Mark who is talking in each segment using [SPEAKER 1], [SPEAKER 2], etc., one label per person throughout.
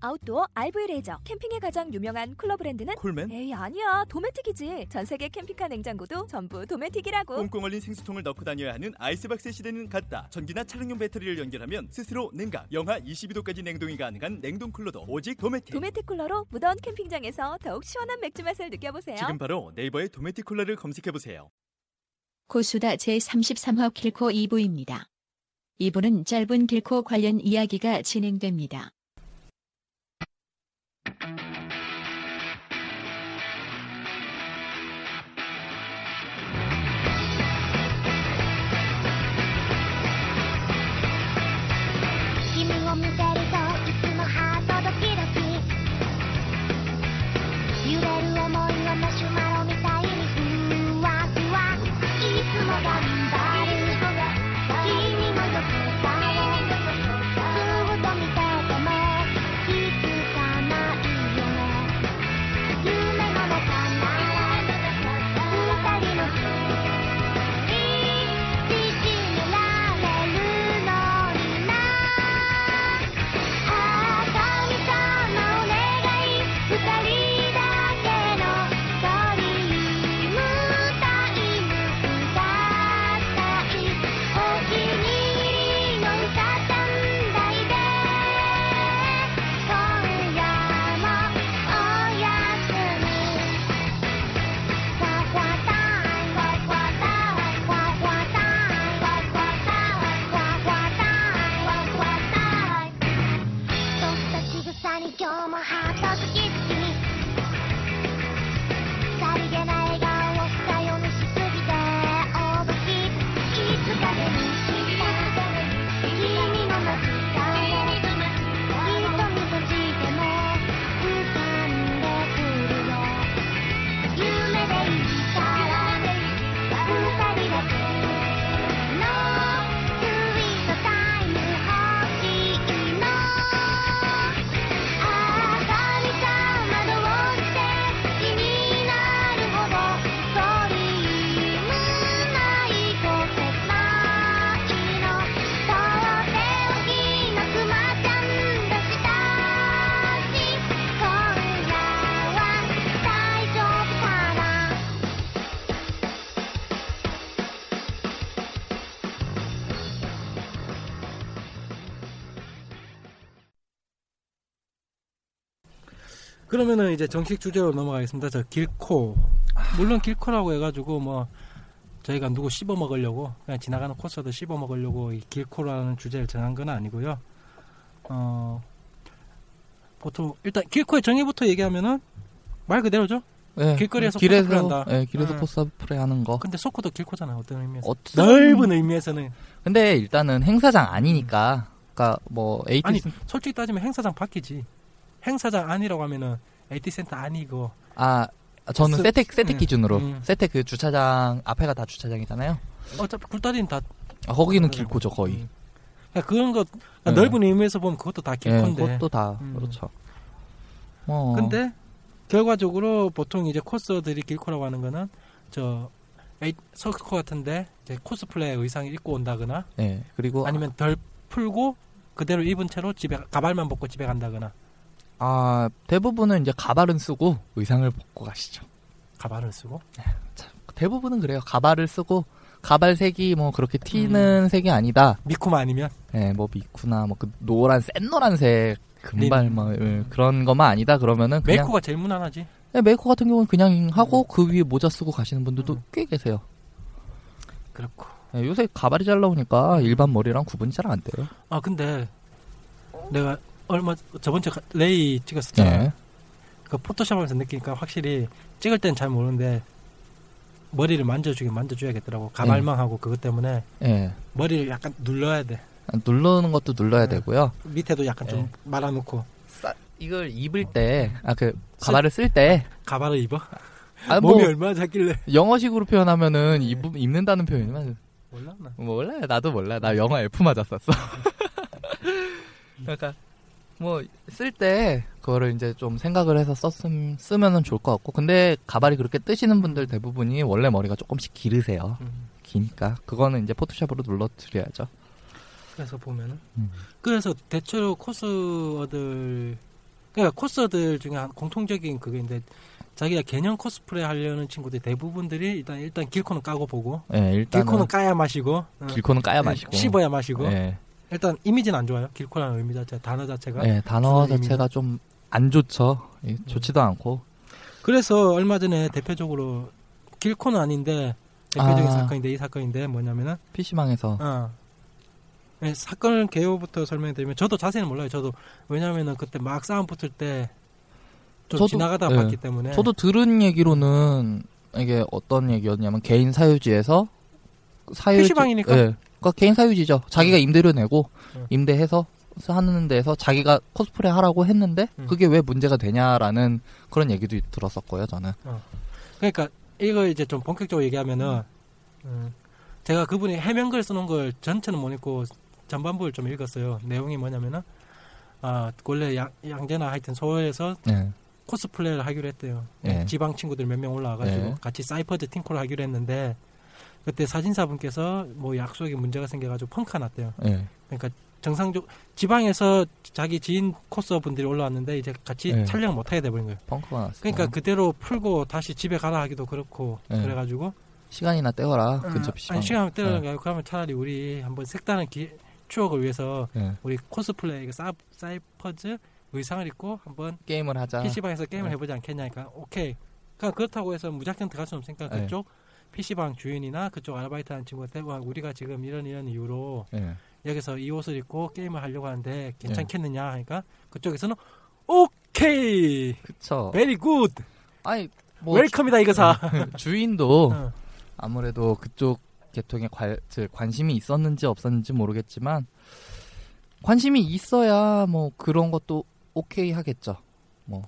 [SPEAKER 1] 아웃도어 RV 레저 캠핑에 가장 유명한 쿨러 브랜드는
[SPEAKER 2] 콜맨?
[SPEAKER 1] 에이 아니야 도메틱이지 전 세계 캠핑카 냉장고도 전부 도메틱이라고
[SPEAKER 2] 꽁꽁 얼린 생수통을 넣고 다녀야 하는 아이스박스 시대는 갔다. 전기나 차량용 배터리를 연결하면 스스로 냉각, 영하 22도까지 냉동이 가능한 냉동 쿨러도 오직 도메틱.
[SPEAKER 1] 도메틱 쿨러로 무더운 캠핑장에서 더욱 시원한 맥주 맛을 느껴보세요
[SPEAKER 2] 지금 바로 네이버에 도메틱 쿨러를 검색해 보세요.
[SPEAKER 3] 고수다 제33화 길코 2부입니다. 2부는 짧은 길코 관련 이야기가 진행됩니다.
[SPEAKER 4] 「君を見てるといつもハートドキドキ」「揺れる想いはマシュマロみたいにふわふわ」「いつも頑張る」「君の横顔ずっと見てても気づかないよね」「夢の中なら二人の手に縮められるのにな」「ああ神様お願い」「二人だけの時間」「ドリームタイム歌ったい」「お気に入りの歌三台で」「今夜もおやすみ」「わわたんわわたんわわたんわわたんわわたんわわたん」「とった仕草に今日もハート好き好き」「さりげない笑顔を深読みしすぎておぶき」「いつかでにした君の待ち顔を瞳閉じても浮んでくるよ」「夢でいいから二人だけのスイートタイム欲しいの」「ああ神様どうして気になるほどドリームないと切ないの」「とっておきのクマちゃんでしたし」「今夜は大丈夫かな」
[SPEAKER 5] 그러면은 이제 정식 주제로 넘어가겠습니다. 저 길코. 물론 길코라고 해가지고 뭐 저희가 누구 씹어 먹으려고 그냥 지나가는 코스도 씹어 먹으려고 이 길코라는 주제를 정한 건 아니고요. 어 보통 일단 길코의 정의부터 얘기하면은 말 그대로죠.
[SPEAKER 6] 예,
[SPEAKER 5] 길거리에서
[SPEAKER 6] 길에서
[SPEAKER 5] 코스프레한다.
[SPEAKER 6] 예, 길에서
[SPEAKER 5] 예.
[SPEAKER 6] 코스프레 하는 거.
[SPEAKER 5] 근데 소코도 길코잖아. 어떤 의미에서
[SPEAKER 6] 어떤-
[SPEAKER 5] 넓은 의미에서는
[SPEAKER 6] 근데 일단은 행사장 아니니까 그러니까 뭐 에이티스
[SPEAKER 5] 아니 솔직히 따지면 행사장 밖이지. 행사장 아니라고 하면은 AT 센터 아니고
[SPEAKER 6] 아 저는
[SPEAKER 5] 스-
[SPEAKER 6] 세택 세택
[SPEAKER 5] 음,
[SPEAKER 6] 기준으로
[SPEAKER 5] 음.
[SPEAKER 6] 세택 그 주차장 앞에가 다 주차장이잖아요.
[SPEAKER 5] 어차피 굴다리는 다
[SPEAKER 6] 아, 거기는
[SPEAKER 5] 음.
[SPEAKER 6] 길고죠 거의.
[SPEAKER 5] 음. 그러니까 그런 거 그러니까
[SPEAKER 6] 네.
[SPEAKER 5] 넓은 의미에서 보면 그것도 다
[SPEAKER 6] 예,
[SPEAKER 5] 길코인데.
[SPEAKER 6] 그것도 다
[SPEAKER 5] 음.
[SPEAKER 6] 그렇죠. 뭐
[SPEAKER 5] 근데 결과적으로 보통 이제 코스들이 길코라고 하는 거는 저 에이- 서커 같은데 이제 코스플레 의상을 입고 온다거나
[SPEAKER 6] 예 그리고
[SPEAKER 5] 아니면 덜 풀고 그대로 입은 채로 집에 가발만 벗고 집에 간다거나
[SPEAKER 6] 아 대부분은 이제 가발은 쓰고 의상을 벗고 가시죠.
[SPEAKER 5] 가발을 쓰고
[SPEAKER 6] 대부분은 그래요. 가발을 쓰고 가발 색이 뭐 그렇게
[SPEAKER 5] 음.
[SPEAKER 6] 튀는 색이 아니다.
[SPEAKER 5] 미코마 아니면
[SPEAKER 6] 예, 뭐 미쿠나 뭐 그 노란 센 노란색 금발
[SPEAKER 5] 린.
[SPEAKER 6] 막 예, 그런 것만 아니다 그러면은 그냥
[SPEAKER 5] 네. 메이코가 제일 무난하지.
[SPEAKER 6] 예, 메이커 같은 경우는 그냥 하고 그 위에 모자 쓰고 가시는 분들도
[SPEAKER 5] 음.
[SPEAKER 6] 꽤 계세요.
[SPEAKER 5] 그렇고.
[SPEAKER 6] 예, 요새 가발이 잘 나오니까 일반 머리랑 구분이 잘 안 돼요.
[SPEAKER 5] 아 근데 내가 얼마 저번 주에 가- 레이 찍었었잖아.
[SPEAKER 6] 네.
[SPEAKER 5] 그 포토샵하면서 느끼니까 확실히 찍을 땐 잘 모르는데 머리를 만져주긴 만져줘야겠더라고. 가발만 하고 그것 때문에
[SPEAKER 6] 예.
[SPEAKER 5] 머리를 약간 눌러야 돼.
[SPEAKER 6] 누르는 것도 눌러야
[SPEAKER 5] 네.
[SPEAKER 6] 되고요.
[SPEAKER 5] 밑에도 약간 좀
[SPEAKER 6] 예.
[SPEAKER 5] 말아놓고
[SPEAKER 6] 이걸 입을 때, 아, 그, 가발을 쓸 때,
[SPEAKER 5] 가발을 입어.
[SPEAKER 6] 아, 뭐,
[SPEAKER 5] 몸이 얼마나 네. 작길래?
[SPEAKER 6] 영어식으로 표현하면은, 입, 입는다는 표현이면,
[SPEAKER 5] 몰라 나.
[SPEAKER 6] 뭐 몰라 나도 몰라 나 영화 F 맞았었어 그러니까 뭐 쓸 때 그거를 이제 좀 생각을 해서 썼음 쓰면은 좋을 것 같고 근데 가발이 그렇게 뜨시는 분들 대부분이 원래 머리가 조금씩 기르세요
[SPEAKER 5] 음.
[SPEAKER 6] 기니까 그거는 이제 포토샵으로 눌러드려야죠
[SPEAKER 5] 그래서 보면은
[SPEAKER 6] 음.
[SPEAKER 5] 그래서 대체로 코스어들 그러니까 코스어들 중에 한- 공통적인 그게인데 자기가 개념 코스프레 하려는 친구들 대부분들이 일단 일단 길코는 까고 보고
[SPEAKER 6] 예 일단은
[SPEAKER 5] 길코는 까야 마시고 어,
[SPEAKER 6] 길코는 까야
[SPEAKER 5] 예,
[SPEAKER 6] 마시고
[SPEAKER 5] 씹어야 마시고
[SPEAKER 6] 예,
[SPEAKER 5] 일단 이미지는 안 좋아요 길코라는 의미 자체 단어 자체가
[SPEAKER 6] 예,
[SPEAKER 5] 주는 음.
[SPEAKER 6] 단어
[SPEAKER 5] 의미는-
[SPEAKER 6] 자체가 좀 안 좋죠 예, 좋지도 않고
[SPEAKER 5] 그래서 얼마 전에 대표적으로 길코는 아닌데 대표적인
[SPEAKER 6] 아.
[SPEAKER 5] 사건인데 이 사건인데 뭐냐면은
[SPEAKER 6] PC방에서
[SPEAKER 5] 어. 네, 사건 개요부터 설명드리면 저도 자세히는 몰라요. 저도 왜냐하면은 그때 막 싸움 붙을 때 좀
[SPEAKER 6] 저도-
[SPEAKER 5] 지나가다
[SPEAKER 6] 네.
[SPEAKER 5] 봤기 때문에
[SPEAKER 6] 저도 들은 얘기로는 이게 어떤 얘기였냐면 개인 사유지에서 사유지
[SPEAKER 5] PC방이니까? 네.
[SPEAKER 6] 예. 그러니까 개인 사유지죠. 자기가 임대료 내고
[SPEAKER 5] 음.
[SPEAKER 6] 임대해서 하는 데서 자기가 코스프레 하라고 했는데
[SPEAKER 5] 음.
[SPEAKER 6] 그게 왜 문제가 되냐라는 그런 얘기도 들었었고요. 저는
[SPEAKER 5] 그러니까 이거 이제 좀 본격적으로 얘기하면은 음, 제가 그분이 해명글 쓰는 걸 전체는 못 읽고 전반부를 좀 읽었어요. 내용이 뭐냐면은 아 원래 양, 양재나 하여튼 서울에서
[SPEAKER 6] 예.
[SPEAKER 5] 코스플레이를 하기로 했대요.
[SPEAKER 6] 예.
[SPEAKER 5] 지방 친구들 몇 명 올라와가지고
[SPEAKER 6] 예.
[SPEAKER 5] 같이 사이퍼즈 팀콜을 하기로 했는데 그때 사진사분께서 뭐 약속에 문제가 생겨가지고 펑크 났대요.
[SPEAKER 6] 예.
[SPEAKER 5] 그러니까 정상적 지방에서 자기 지인 코스 분들이 올라왔는데 이제 같이
[SPEAKER 6] 네.
[SPEAKER 5] 촬영 못 하게 돼버린 거예요.
[SPEAKER 6] 펑크가 났어.
[SPEAKER 5] 그러니까 그대로 풀고 다시 집에 가라 하기도 그렇고
[SPEAKER 6] 네.
[SPEAKER 5] 그래가지고
[SPEAKER 6] 시간이나 때워라. 근처 PC방. 네.
[SPEAKER 5] 한 음, 시간 때려 가요. 그러면 차라리 우리 한번 색다른 기, 추억을 위해서
[SPEAKER 6] 예.
[SPEAKER 5] 우리 코스플레이 그 사, 사이퍼즈 의상을 입고 한번
[SPEAKER 6] 게임을 하자.
[SPEAKER 5] PC방에서 게임을
[SPEAKER 6] 네.
[SPEAKER 5] 해보지 않겠냐니까 오케이. 그러니까 그렇다고 해서 무작정 들어갈 수는 없으니까
[SPEAKER 6] 네.
[SPEAKER 5] 그쪽 PC방 주인이나 그쪽 아르바이트하는 친구한테 와 우리가 지금 이런 이런 이유로
[SPEAKER 6] 예.
[SPEAKER 5] 여기서 이 옷을 입고 게임을 하려고 하는데
[SPEAKER 6] 네.
[SPEAKER 5] 괜찮겠느냐 하니까 그쪽에서는 오케이
[SPEAKER 6] 그쵸.
[SPEAKER 5] 베리 굿
[SPEAKER 6] 아니 어. 뭐
[SPEAKER 5] 웰컴이다 이거사
[SPEAKER 6] 주인도
[SPEAKER 5] 어,
[SPEAKER 6] 아무래도 그쪽 계통에 관, 즉 관심이 있었는지 없었는지 모르겠지만 관심이 있어야 뭐 그런 것도 오케이 하겠죠.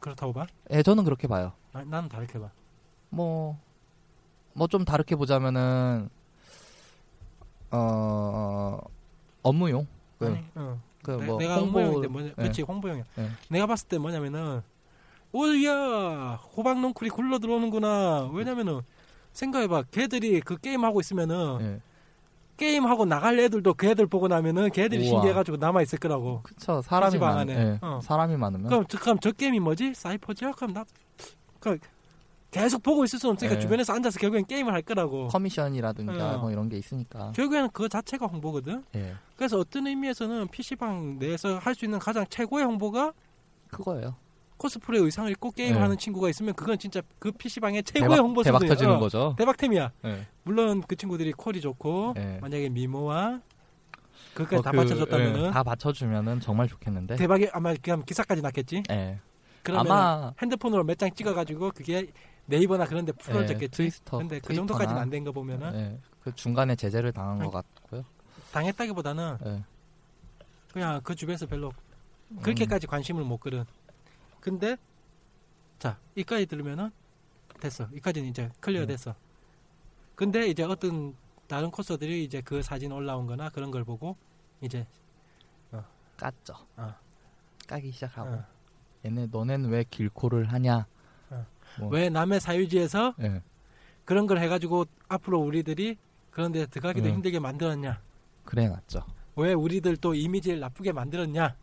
[SPEAKER 5] 그렇다고 봐?
[SPEAKER 6] 예, 저는 그렇게 봐요.
[SPEAKER 5] 아, 나는 다르게 봐
[SPEAKER 6] 뭐, 뭐 좀 다르게 보자면은 어 업무용. 그,
[SPEAKER 5] 아니, 어.
[SPEAKER 6] 그
[SPEAKER 5] 내,
[SPEAKER 6] 뭐
[SPEAKER 5] 내가
[SPEAKER 6] 홍보-
[SPEAKER 5] 홍보용인데 뭐냐
[SPEAKER 6] 예.
[SPEAKER 5] 그렇지 홍보용이야
[SPEAKER 6] 예.
[SPEAKER 5] 내가 봤을 때 뭐냐면은 오야 호박 농쿨이 굴러 들어오는구나 왜냐면은 생각해봐 걔들이 그 게임하고 있으면은
[SPEAKER 6] 예.
[SPEAKER 5] 게임하고 나갈 애들도 그 애들 보고 나면은 걔들이
[SPEAKER 6] 우와.
[SPEAKER 5] 신기해가지고 남아있을 거라고
[SPEAKER 6] 그쵸 사람이
[SPEAKER 5] PC방
[SPEAKER 6] 많
[SPEAKER 5] 안에.
[SPEAKER 6] 예.
[SPEAKER 5] 어.
[SPEAKER 6] 사람이 많으면
[SPEAKER 5] 그럼 저, 그럼 저 게임이 뭐지? 사이퍼즈야? 그럼 나 그럼 계속 보고 있을 수 없으니까
[SPEAKER 6] 예.
[SPEAKER 5] 주변에서 앉아서 결국엔 게임을 할 거라고.
[SPEAKER 6] 커미션이라든가
[SPEAKER 5] 뭐. 어.
[SPEAKER 6] 뭐 이런 게 있으니까.
[SPEAKER 5] 결국에는 그 자체가 홍보거든.
[SPEAKER 6] 예.
[SPEAKER 5] 그래서 어떤 의미에서는 PC방 내에서 할 수 있는 가장 최고의 홍보가
[SPEAKER 6] 그거예요.
[SPEAKER 5] 코스프레 의상을 입고
[SPEAKER 6] 예.
[SPEAKER 5] 게임하는 친구가 있으면 그건 진짜 그 PC방의 최고의
[SPEAKER 6] 대박,
[SPEAKER 5] 홍보
[SPEAKER 6] 대박
[SPEAKER 5] 선수예요.
[SPEAKER 6] 터지는
[SPEAKER 5] 어,
[SPEAKER 6] 거죠.
[SPEAKER 5] 대박템이야.
[SPEAKER 6] 예.
[SPEAKER 5] 물론 그 친구들이 콜이 좋고
[SPEAKER 6] 예.
[SPEAKER 5] 만약에 미모와 그까지
[SPEAKER 6] 어,
[SPEAKER 5] 다
[SPEAKER 6] 그,
[SPEAKER 5] 받쳐줬다면은
[SPEAKER 6] 예, 다 받쳐주면은 정말 좋겠는데.
[SPEAKER 5] 대박이 아마 그냥 기사까지 났겠지.
[SPEAKER 6] 예.
[SPEAKER 5] 그러면
[SPEAKER 6] 아마
[SPEAKER 5] 핸드폰으로 몇 장 찍어가지고 그게 네이버나 그런데
[SPEAKER 6] 예,
[SPEAKER 5] 풀어졌겠지.
[SPEAKER 6] 트위스터.
[SPEAKER 5] 근데 그
[SPEAKER 6] 트위터나,
[SPEAKER 5] 정도까지는 안 된 거 보면은
[SPEAKER 6] 예, 그 중간에 제재를 당한
[SPEAKER 5] 아니,
[SPEAKER 6] 것 같고요.
[SPEAKER 5] 당했다기보다는
[SPEAKER 6] 예. 음.
[SPEAKER 5] 그냥 그 주변에서 별로 그렇게까지 관심을 못 끌은. 근데 자 이까지 들으면은 됐어. 이까지는 이제 클리어
[SPEAKER 6] 음.
[SPEAKER 5] 됐어. 근데 이제 어떤 다른 코스들이 이제 그 사진 올라온거나 그런 걸 보고 이제
[SPEAKER 6] 깠죠.
[SPEAKER 5] 어.
[SPEAKER 6] 까기 시작하고
[SPEAKER 5] 어,
[SPEAKER 6] 얘네 너넨 왜 길코를 하냐. 어.
[SPEAKER 5] 왜 남의 사유지에서
[SPEAKER 6] 예.
[SPEAKER 5] 그런 걸 해가지고 앞으로 우리들이 그런데 들어가기도
[SPEAKER 6] 음.
[SPEAKER 5] 힘들게 만들었냐?
[SPEAKER 6] 그래 놨죠.
[SPEAKER 5] 왜 우리들 또 이미지를 나쁘게 만들었냐?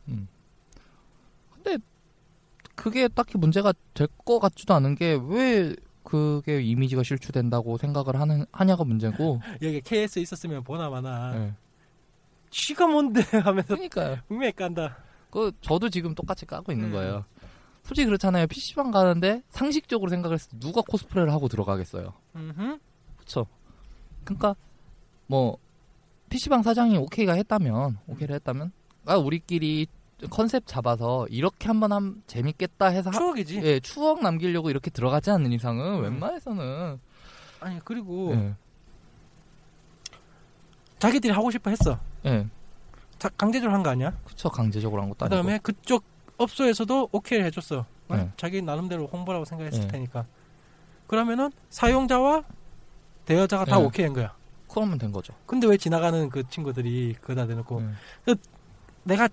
[SPEAKER 6] 그게 딱히 문제가 될 것 같지도 않은 게 왜 그게 이미지가 실추된다고 생각을 하는 하냐가 문제고.
[SPEAKER 5] 여기 KS 있었으면 보나 마나
[SPEAKER 6] 예.
[SPEAKER 5] 치가 뭔데 하면서
[SPEAKER 6] 그러니까요.
[SPEAKER 5] 분명히 깐다.
[SPEAKER 6] 그 저도 지금 똑같이 까고 있는
[SPEAKER 5] 음.
[SPEAKER 6] 거예요. 솔직히 그렇잖아요. PC방 가는데 상식적으로 생각했을 때 누가 코스프레를 하고 들어가겠어요.
[SPEAKER 5] 음흠.
[SPEAKER 6] 그쵸. 그러니까 뭐 PC방 사장이 오케이가 했다면 오케이를 했다면 아 우리끼리 컨셉 잡아서 이렇게 한번 함 재밌겠다 해서 하-
[SPEAKER 5] 추억이지.
[SPEAKER 6] 예, 추억 남기려고 이렇게 들어가지 않는 이상은
[SPEAKER 5] 음.
[SPEAKER 6] 웬만해서는
[SPEAKER 5] 아니 그리고
[SPEAKER 6] 예,
[SPEAKER 5] 자기들이 하고 싶어 했어.
[SPEAKER 6] 예,
[SPEAKER 5] 자- 강제적으로 한 거 아니야? 뭐.
[SPEAKER 6] 그쵸 강제적으로 한 것도
[SPEAKER 5] 그다음에 그쪽 업소에서도 오케이를 해줬어. 어?
[SPEAKER 6] 네.
[SPEAKER 5] 자기 나름대로 홍보라고 생각했을
[SPEAKER 6] 네.
[SPEAKER 5] 테니까. 그러면은 사용자와 대여자가 다
[SPEAKER 6] 네.
[SPEAKER 5] 오케이인 거야.
[SPEAKER 6] 아니고 그러면 된 거죠.
[SPEAKER 5] 근데 왜 지나가는 그 친구들이 그다 대놓고
[SPEAKER 6] 음.
[SPEAKER 5] 내가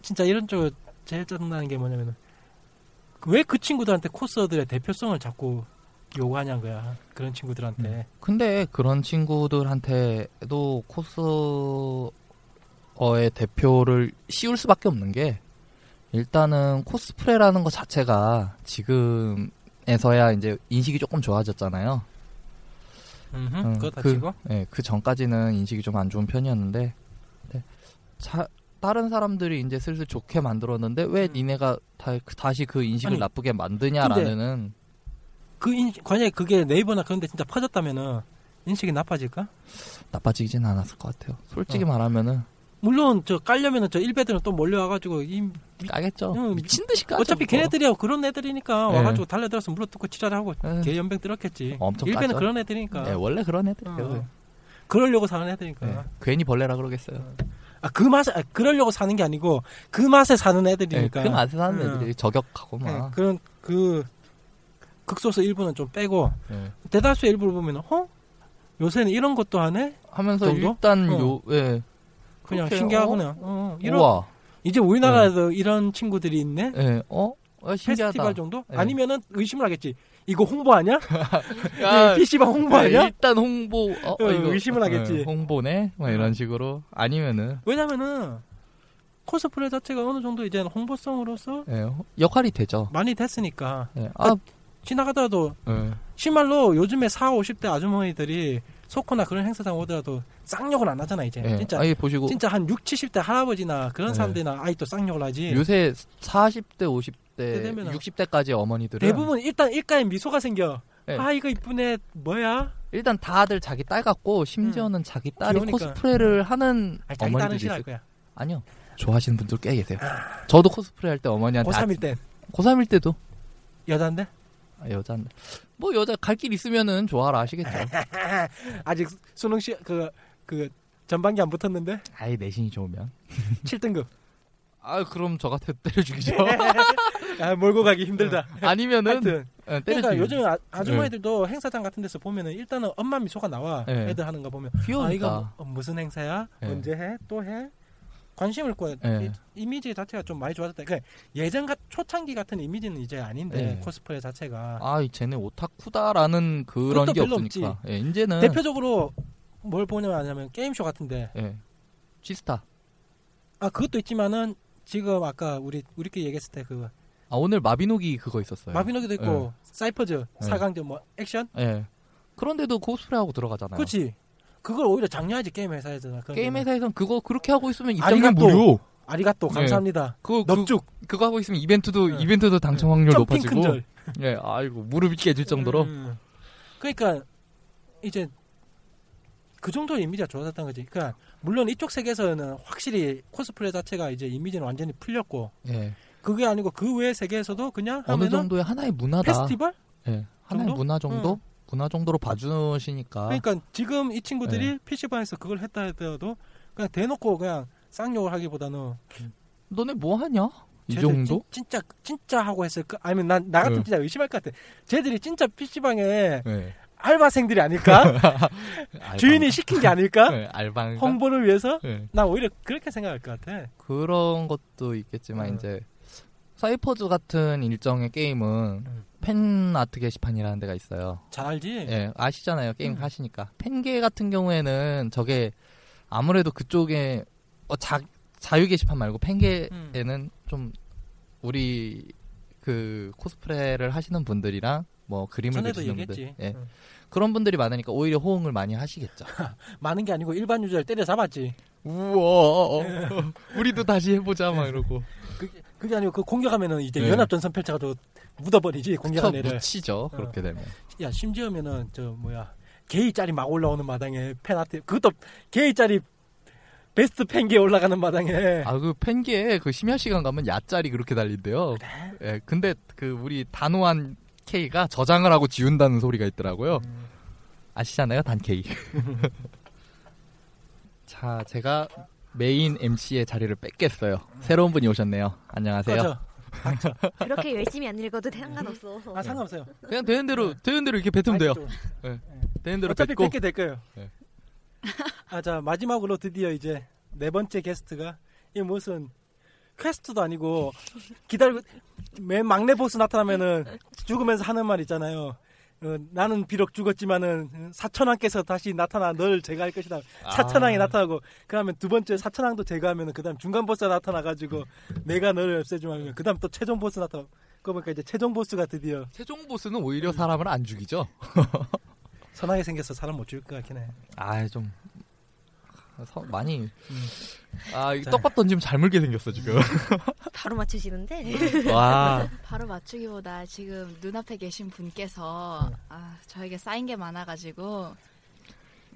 [SPEAKER 5] 진짜 이런 쪽 제일 짜증나는 게 뭐냐면은 왜 그 친구들한테 코스들의 대표성을 자꾸 요구하냐는 거야 그런 친구들한테
[SPEAKER 6] 근데 그런 친구들한테도 코스어의 대표를 씌울 수밖에 없는 게 일단은 코스프레라는 것 자체가 지금에서야 이제 인식이 조금 좋아졌잖아요.
[SPEAKER 5] 음흠,
[SPEAKER 6] 음,
[SPEAKER 5] 그거 다
[SPEAKER 6] 그-
[SPEAKER 5] 치고
[SPEAKER 6] 예, 그 전까지는 인식이 좀 안 좋은 편이었는데 네. 자, 다른 사람들이 이제 슬슬 좋게 만들었는데 왜
[SPEAKER 5] 음.
[SPEAKER 6] 니네가 다, 다시 그 인식을
[SPEAKER 5] 아니,
[SPEAKER 6] 나쁘게 만드냐라는
[SPEAKER 5] 그 인, 만약에 그게 네이버나 그런 데 진짜 퍼졌다면은 인식이 나빠질까?
[SPEAKER 6] 나빠지진 않았을 것 같아요. 솔직히
[SPEAKER 5] 어.
[SPEAKER 6] 말하면은
[SPEAKER 5] 물론 저 깔려면은 저 일베들은 또 몰려와가지고 이
[SPEAKER 6] 까겠죠.
[SPEAKER 5] 음,
[SPEAKER 6] 미친 듯이 까죠. 뭐.
[SPEAKER 5] 어차피
[SPEAKER 6] 그거.
[SPEAKER 5] 걔네들이야 그런 애들이니까
[SPEAKER 6] 네.
[SPEAKER 5] 와가지고 달려들어서 물어뜯고 치라하고
[SPEAKER 6] 네.
[SPEAKER 5] 개 연병 들었겠지.
[SPEAKER 6] 엄청
[SPEAKER 5] 일베는
[SPEAKER 6] 까죠.
[SPEAKER 5] 그런 애들이니까.
[SPEAKER 6] 네, 원래 그런 애들이에요.
[SPEAKER 5] 그러니까. 어. 그러려고 사는 애들이니까.
[SPEAKER 6] 네, 괜히 벌레라 그러겠어요.
[SPEAKER 5] 아, 그 맛에, 아, 그러려고 사는 게 아니고, 그 맛에 사는
[SPEAKER 6] 네, 그
[SPEAKER 5] 애들이니까.
[SPEAKER 6] 맛에 사는
[SPEAKER 5] 음.
[SPEAKER 6] 애들이 저격하고 막.
[SPEAKER 5] 네, 그런, 그, 극소수 일부는 좀 빼고,
[SPEAKER 6] 네.
[SPEAKER 5] 대다수 일부를 보면, 어? 요새는 이런 것도 하네?
[SPEAKER 6] 하면서
[SPEAKER 5] 정도?
[SPEAKER 6] 일단
[SPEAKER 5] 어.
[SPEAKER 6] 요, 예.
[SPEAKER 5] 그냥
[SPEAKER 6] 그렇게,
[SPEAKER 5] 신기하구나.
[SPEAKER 6] 어?
[SPEAKER 5] 어? 이런,
[SPEAKER 6] 우와.
[SPEAKER 5] 이제 우리나라에도 이런 친구들이 있네?
[SPEAKER 6] 예, 어? 어, 신기하다.
[SPEAKER 5] 페스티벌 정도?
[SPEAKER 6] 네.
[SPEAKER 5] 아니면은 의심을 하겠지. 이거 홍보하냐?
[SPEAKER 6] 야,
[SPEAKER 5] PC방
[SPEAKER 6] 네,
[SPEAKER 5] 홍보하냐?
[SPEAKER 6] 일단 홍보 어,
[SPEAKER 5] 어,
[SPEAKER 6] 어, 이거
[SPEAKER 5] 의심은 하겠지.
[SPEAKER 6] 어, 홍보네 막 이런 식으로 아니면은
[SPEAKER 5] 왜냐면은, 코스프레 자체가 어느 정도 이제 홍보성으로서
[SPEAKER 6] 예, 호- 역할이 되죠.
[SPEAKER 5] 많이 됐으니까.
[SPEAKER 6] 예, 아,
[SPEAKER 5] 지나가다도
[SPEAKER 6] 예,
[SPEAKER 5] 실말로 요즘에 4, 50대 아주머니들이 소코나 그런 행사장 오더라도 쌍욕을 안 하잖아 이제
[SPEAKER 6] 예,
[SPEAKER 5] 진짜
[SPEAKER 6] 아예 보시고
[SPEAKER 5] 진짜 한 6, 70대 할아버지나 그런
[SPEAKER 6] 네.
[SPEAKER 5] 사람들이나 아이 또 쌍욕을 하지
[SPEAKER 6] 요새 40대, 50대,
[SPEAKER 5] 되면은
[SPEAKER 6] 60대까지 어머니들은
[SPEAKER 5] 대부분 일단 일가에 미소가 생겨
[SPEAKER 6] 네.
[SPEAKER 5] 아 이거 이쁘네 뭐야
[SPEAKER 6] 일단 다들 자기 딸 같고 심지어는 자기 딸이
[SPEAKER 5] 음. 귀여우니까.
[SPEAKER 6] 코스프레를 하는
[SPEAKER 5] 아, 자기 딸은
[SPEAKER 6] 어머니들이
[SPEAKER 5] 싫어할
[SPEAKER 6] 있어요.
[SPEAKER 5] 거야
[SPEAKER 6] 아니요. 좋아하시는 분들 꽤 계세요. 저도 코스프레 할 때 어머니한테
[SPEAKER 5] 고3일 땐
[SPEAKER 6] 아, 고3일 때도
[SPEAKER 5] 여잔데
[SPEAKER 6] 아, 여자인데 뭐 여자 갈 길 있으면은 좋아라 하시겠죠.
[SPEAKER 5] 아직 수능 시그그 전반기 안 붙었는데
[SPEAKER 6] 아예 내신이 좋으면.
[SPEAKER 5] 7등급
[SPEAKER 6] 아 그럼 저 같아 때려 죽이죠.
[SPEAKER 5] 아 몰고 가기 힘들다
[SPEAKER 6] 아니면은
[SPEAKER 5] 하여튼
[SPEAKER 6] 예, 네. 때려
[SPEAKER 5] 그러니까
[SPEAKER 6] 죽이죠.
[SPEAKER 5] 요즘 아, 아주머니들도 행사장 같은 데서 보면은 일단은 엄마 미소가 나와
[SPEAKER 6] 네.
[SPEAKER 5] 애들 하는 거 보면
[SPEAKER 6] 귀여우니까.
[SPEAKER 5] 아 이거 뭐- 무슨 행사야?
[SPEAKER 6] 예.
[SPEAKER 5] 언제 해? 또 해? 관심을 꺼.
[SPEAKER 6] 예.
[SPEAKER 5] 이미지 자체가 좀 많이 좋아졌다. 그 예전 같 초창기 같은 이미지는 이제 아닌데
[SPEAKER 6] 예.
[SPEAKER 5] 코스프레 자체가
[SPEAKER 6] 아, 이 쟤네 오타쿠다라는 그런
[SPEAKER 5] 그것도
[SPEAKER 6] 게
[SPEAKER 5] 별로
[SPEAKER 6] 없으니까. 예, 이제는
[SPEAKER 5] 대표적으로 뭘 보냐면 게임쇼 같은데
[SPEAKER 6] 예. G스타.
[SPEAKER 5] 아 그것도 있지만은 지금 아까 우리 우리끼리 얘기했을 때 그
[SPEAKER 6] 아, 오늘 마비노기 그거 있었어요.
[SPEAKER 5] 마비노기도 있고 사이퍼즈 사강전 뭐 액션
[SPEAKER 6] 예. 그런데도 코스프레 하고 들어가잖아요.
[SPEAKER 5] 그렇지 그걸 오히려 장려하지 게임 회사에서
[SPEAKER 6] 네. 게임 회사에선 그거 그렇게 하고 있으면 입장료
[SPEAKER 5] 아리가또.
[SPEAKER 6] 무료.
[SPEAKER 5] 아리가또
[SPEAKER 6] 예.
[SPEAKER 5] 감사합니다
[SPEAKER 6] 그거 그,
[SPEAKER 5] 넙죽
[SPEAKER 6] 그거 하고 있으면 이벤트도
[SPEAKER 5] 네.
[SPEAKER 6] 이벤트도 당첨 확률
[SPEAKER 5] 점핑
[SPEAKER 6] 높아지고.
[SPEAKER 5] 큰절
[SPEAKER 6] 예, 아이고 무릎이 깨질 정도로.
[SPEAKER 5] 음. 그러니까 이제 그 정도 이미지가 좋아졌다는 거지. 그러니까 물론 이쪽 세계에서는 확실히 코스프레 자체가 이제 이미지는 완전히 풀렸고
[SPEAKER 6] 예.
[SPEAKER 5] 그게 아니고 그 외 세계에서도 그냥
[SPEAKER 6] 어느
[SPEAKER 5] 하면은
[SPEAKER 6] 정도의 하나의 문화다.
[SPEAKER 5] 페스티벌?
[SPEAKER 6] 예. 하나의
[SPEAKER 5] 정도?
[SPEAKER 6] 문화 정도? 문화 정도로 봐주시니까.
[SPEAKER 5] 그러니까 지금 이 친구들이
[SPEAKER 6] 네.
[SPEAKER 5] PC방에서 그걸 했다 해도 그냥 대놓고 그냥 쌍욕을 하기보다는 그
[SPEAKER 6] 너네 뭐 하냐? 이
[SPEAKER 5] 쟤들
[SPEAKER 6] 정도? 네.
[SPEAKER 5] 진, 진짜 진짜 하고 했을까? 아니면 난 나 같은
[SPEAKER 6] 응.
[SPEAKER 5] 진짜 의심할 것 같아. 쟤들이 진짜 PC방에
[SPEAKER 6] 예.
[SPEAKER 5] 알바생들이 아닐까?
[SPEAKER 6] 알방.
[SPEAKER 5] 주인이 시킨 게 아닐까?
[SPEAKER 6] 예, 알방.
[SPEAKER 5] 홍보를 위해서?
[SPEAKER 6] 예.
[SPEAKER 5] 나 오히려 그렇게 생각할 것 같아.
[SPEAKER 6] 그런 것도 있겠지만
[SPEAKER 5] 음.
[SPEAKER 6] 이제 사이퍼즈 같은 일정의 게임은
[SPEAKER 5] 음.
[SPEAKER 6] 팬 아트 게시판이라는 데가 있어요.
[SPEAKER 5] 잘 알지?
[SPEAKER 6] 예, 아시잖아요. 게임
[SPEAKER 5] 음.
[SPEAKER 6] 하시니까. 팬계 같은 경우에는 저게 아무래도 그쪽에 어, 자, 자유 게시판 말고
[SPEAKER 5] 음.
[SPEAKER 6] 팬계에는 좀 우리 그 코스프레를 하시는 분들이랑 뭐 그림을
[SPEAKER 5] 전에도
[SPEAKER 6] 그리시는
[SPEAKER 5] 얘기했지. 음.
[SPEAKER 6] 분들 예.
[SPEAKER 5] 응.
[SPEAKER 6] 그런 분들이 많으니까 오히려 호응을 많이 하시겠죠.
[SPEAKER 5] 많은 게 아니고 일반 유저를 때려잡았지.
[SPEAKER 6] 우와, 우리도 다시 해보자 막 이러고
[SPEAKER 5] 그게 아니고 그 공격하면은 이제
[SPEAKER 6] 네.
[SPEAKER 5] 연합전선 펼쳐가지고 묻어버리지 공격한 어.
[SPEAKER 6] 쳐
[SPEAKER 5] 애를.
[SPEAKER 6] 묻히죠. 그렇게 되면.
[SPEAKER 5] 야 심지어면은 저 뭐야 게이 짤이 막 올라오는 마당에 팬아트 그것도 게이 짤이 베스트 팬기에 올라가는 마당에
[SPEAKER 6] 아 그 팬기에 그 심야 시간 가면 야짤이 그렇게 달린대요. 예, 근데 그 우리 단호한 K가 저장을 하고 지운다는 소리가 있더라고요.
[SPEAKER 5] 음.
[SPEAKER 6] 아시잖아요, 단 K. 자, 제가 메인 MC의 자리를 뺏겠어요. 새로운 분이 오셨네요. 안녕하세요.
[SPEAKER 5] 꺼져.
[SPEAKER 7] 그렇게 열심히 안 읽어도 상관없어.
[SPEAKER 5] 아 상관없어요.
[SPEAKER 6] 그냥 되는 대로 되는 대로 이렇게 뱉으면 돼요.
[SPEAKER 5] 아이고,
[SPEAKER 6] 되는 대로
[SPEAKER 5] 어차피
[SPEAKER 6] 뱉고
[SPEAKER 5] 뺏게 될 거예요. 아, 자, 마지막으로 드디어 이제 네 번째 게스트가 이 무슨 퀘스트도 아니고 기다리고 맨 막내 보스 나타나면은 죽으면서 하는 말 있잖아요. 어, 나는 비록 죽었지만은 사천왕께서 다시 나타나 널 제거할 것이다. 사천왕이 나타나고 그다음에 두 번째 사천왕도 제거하면은 그다음 중간 보스가 나타나가지고 내가 너를 없애주면 그다음 또 최종 보스 나타나. 그 보니까 이제 최종 보스가 드디어
[SPEAKER 6] 최종 보스는 오히려 사람을 안 죽이죠.
[SPEAKER 5] 선하게 생겨서 사람 못 죽일 것 같긴 해.
[SPEAKER 6] 아좀 많이
[SPEAKER 5] 음.
[SPEAKER 6] 아 이거
[SPEAKER 5] 자.
[SPEAKER 6] 떡밥 던지면 잘 물게 생겼어 지금.
[SPEAKER 7] 바로 맞추시는데.
[SPEAKER 6] 와
[SPEAKER 8] 바로 맞추기보다 지금 눈앞에 계신 분께서 아, 저에게 쌓인 게 많아가지고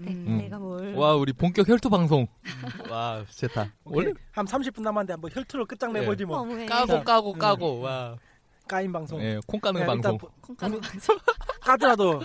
[SPEAKER 8] 음,
[SPEAKER 6] 음.
[SPEAKER 7] 내가 뭘.
[SPEAKER 6] 와 우리 본격 혈투 방송. 와 좋다. 원래
[SPEAKER 5] 오케이. 한 30분 남았는데 한번 혈투로 끝장내보지 뭐.
[SPEAKER 7] 어머해.
[SPEAKER 6] 까고 까고
[SPEAKER 5] 음.
[SPEAKER 6] 까고 와.
[SPEAKER 5] 까인 방송.
[SPEAKER 6] 예, 콩 까는
[SPEAKER 5] 야, 일단 뭐,
[SPEAKER 6] 방송.
[SPEAKER 5] 보-
[SPEAKER 6] 음?
[SPEAKER 8] 콩가루 방송.
[SPEAKER 5] 까더라도